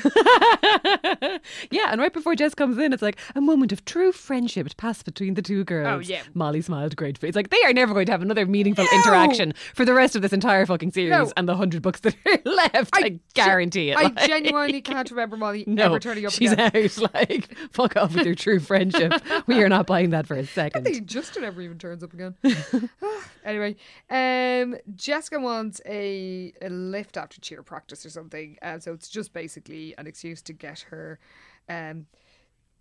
S2: yeah, and right before Jess comes in, it's like a moment of true friendship passed between the two girls.
S1: Oh, yeah.
S2: Molly smiled gratefully. It's like they are never going to have another meaningful interaction for the rest of this entire fucking series
S1: No.
S2: and the hundred books that are left. I, guarantee it.
S1: I
S2: like.
S1: genuinely can't remember Molly
S2: no,
S1: ever turning up
S2: she's
S1: again.
S2: out. Like, fuck off with your true friendship. we are not buying that for a
S1: I think
S2: second.
S1: Justin never even turns up again. anyway, um, Jessica wants a, a lift after cheer practice or something. Uh, so it's just basically an excuse to get her, um,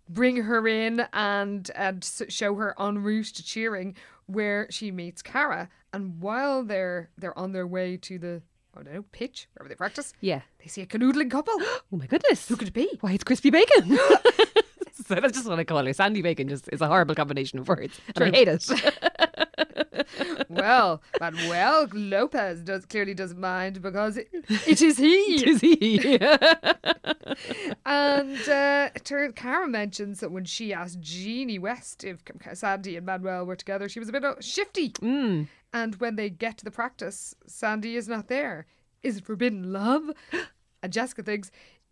S1: bring her in and and s- show her en route to cheering, where she meets Cara. And while they're they're on their way to the I don't know pitch wherever they practice,
S2: Yeah.
S1: they see a canoodling couple.
S2: Oh my goodness.
S1: Who could it be?
S2: Why, it's crispy bacon. so that's just what I call her. Sandy bacon just is a horrible combination of words. And I hate it.
S1: Well, Manuel Lopez does clearly doesn't mind because it, it is he.
S2: Is he?
S1: and uh, Ter- Cara mentions that when she asked Jeannie West if C- Sandy and Manuel were together, she was a bit uh, shifty.
S2: Mm.
S1: And when they get to the practice, Sandy is not there. Is it forbidden love? And Jessica thinks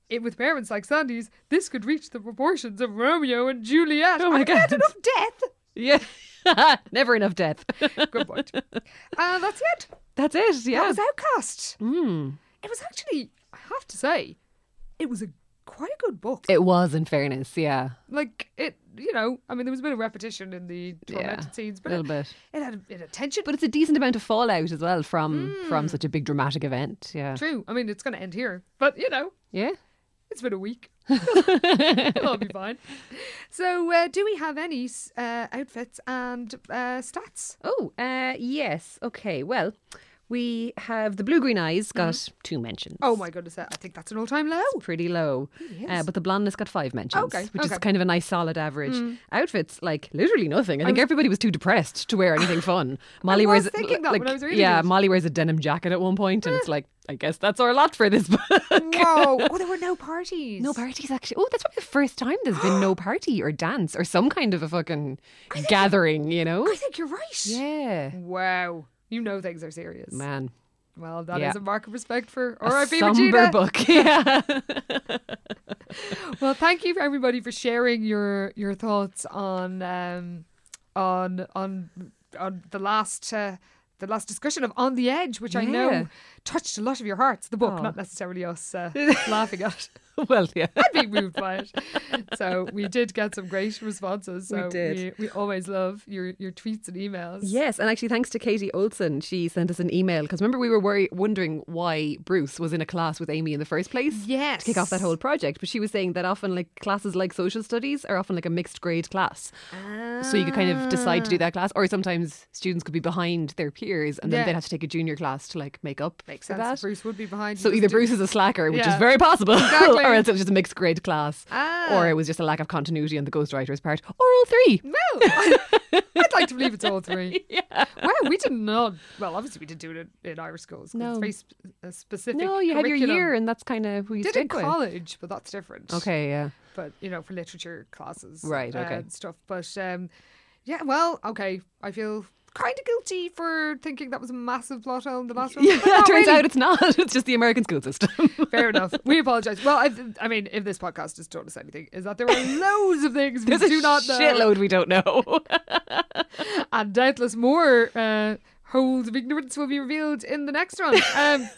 S1: it, with parents like Sandy's, this could reach the proportions of Romeo and Juliet.
S2: Oh my
S1: I've had
S2: God.
S1: enough death.
S2: Yeah. Never enough death.
S1: Good point. Uh, that's it.
S2: That's it.
S1: That
S2: Yeah. Hmm.
S1: was Outcast. It was actually, I have to say, it was a quite a good book.
S2: it was, in fairness. Yeah.
S1: like it, you know, I mean, there was a bit of repetition in the tormented
S2: Yeah,
S1: scenes, but
S2: little
S1: it,
S2: bit.
S1: it had a, it had tension.
S2: But it's a decent amount of fallout as well from from such a big dramatic event. Yeah.
S1: true. I mean, it's going to end here, but you know,
S2: Yeah.
S1: it's been a week. I'll be fine. So, uh, do we have any s- uh, outfits and uh, stats?
S2: Oh, uh, yes. Okay. Well, we have the blue green eyes got two mentions.
S1: Oh my goodness, I think that's an all-time low.
S2: Pretty low. Uh, but the blondness got five mentions,
S1: Oh. Okay,
S2: which
S1: okay. Mm.
S2: is kind of a nice solid average. Outfits, like literally nothing. I think everybody was too depressed to wear anything fun. Molly
S1: was
S2: wears a-
S1: thinking that
S2: like,
S1: when I was reading
S2: Yeah,
S1: it.
S2: Molly wears a denim jacket at one point, and it's like, I guess that's our lot for this book.
S1: Whoa! Oh, there were no parties.
S2: No parties, actually. Oh, that's probably the first time there's been no party or dance or some kind of a fucking gathering, you know?
S1: I think you're right.
S2: Yeah.
S1: Wow. You know things are serious.
S2: Man.
S1: Well, that is
S2: Yeah.
S1: a mark of respect for
S2: a
S1: R.I.P.
S2: somber
S1: Regina.
S2: book. Yeah.
S1: Well, thank you for everybody for sharing your your thoughts on um, on on on the last uh, the last discussion of On the Edge, which I
S2: Yeah. Oh.
S1: know touched a lot of your hearts. The book,
S2: Aw.
S1: not necessarily us uh, laughing at. it.
S2: well, yeah.
S1: I'd be moved by it. So we did get some great responses. So
S2: We did.
S1: We, we always love your your tweets and emails.
S2: Yes, and actually, thanks to Katie Olson, she sent us an email because remember we were worry- wondering why Bruce was in a class with Amy in the first place.
S1: Yes.
S2: to kick off that whole project, but she was saying that often like classes like social studies are often like a mixed grade class, so you could kind of decide to do that class, or sometimes students could be behind their peers and then
S1: Yeah.
S2: they'd have to take a junior class to like make up
S1: Makes
S2: for
S1: sense.
S2: that.
S1: Bruce would be behind.
S2: So
S1: you,
S2: either
S1: just didn't-
S2: Bruce is a slacker, which
S1: Yeah.
S2: is very possible,
S1: Exactly.
S2: or else it was just a mixed grade class,
S1: Ah.
S2: or it was just a lack of continuity on the ghostwriter's part, or all three.
S1: Well, Oh, I'd like to believe it's all three. Yeah. Wow, we did not. Well, obviously we didn't do it in, in Irish schools. 'cause
S2: No.
S1: It's very sp- uh, specific.
S2: No, you had your
S1: curriculum.
S2: year, and that's kind of who you
S1: Did in
S2: stick with.
S1: college, but that's different.
S2: Okay, yeah.
S1: But you know, for literature classes,
S2: Right,
S1: uh,
S2: okay.
S1: and stuff. But um, yeah. Well, okay. I feel kind of guilty for thinking that was a massive plot hole in the last one.
S2: Yeah,
S1: but not
S2: turns
S1: really.
S2: out it's not. It's just the American school system.
S1: Fair enough. We apologize. Well, I, I mean, if this podcast has taught us anything, is that there are loads of things we
S2: There's a
S1: do not know.
S2: shitload we don't know.
S1: and doubtless more uh, holes of ignorance will be revealed in the next one. Um,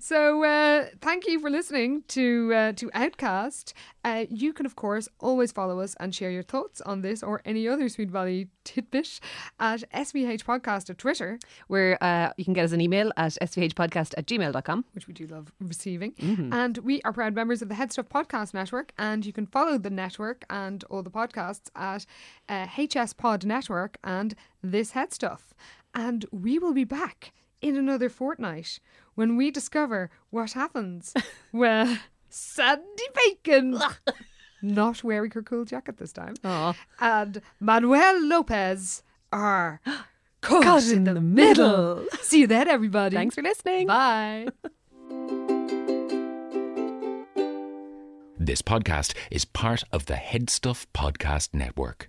S1: so uh, thank you for listening to uh, to Outcast. Uh, you can of course always follow us and share your thoughts on this or any other Sweet Valley tidbit at SVH Podcast at Twitter,
S2: Where uh, you can get us an email at svhpodcast at gmail.com.
S1: which we do love receiving. And we are proud members of the Head Stuff Podcast Network, and you can follow the network and all the podcasts at uh, HS Pod Network and This Head Stuff. And we will be back in another fortnight when we discover what happens where Sandy Bacon. Not wearing her cool jacket this time.
S2: Aw.
S1: And Manuel Lopez are caught, in, the middle. See you then, everybody.
S2: Thanks for listening.
S1: Bye.
S3: This podcast is part of the Headstuff Podcast Network.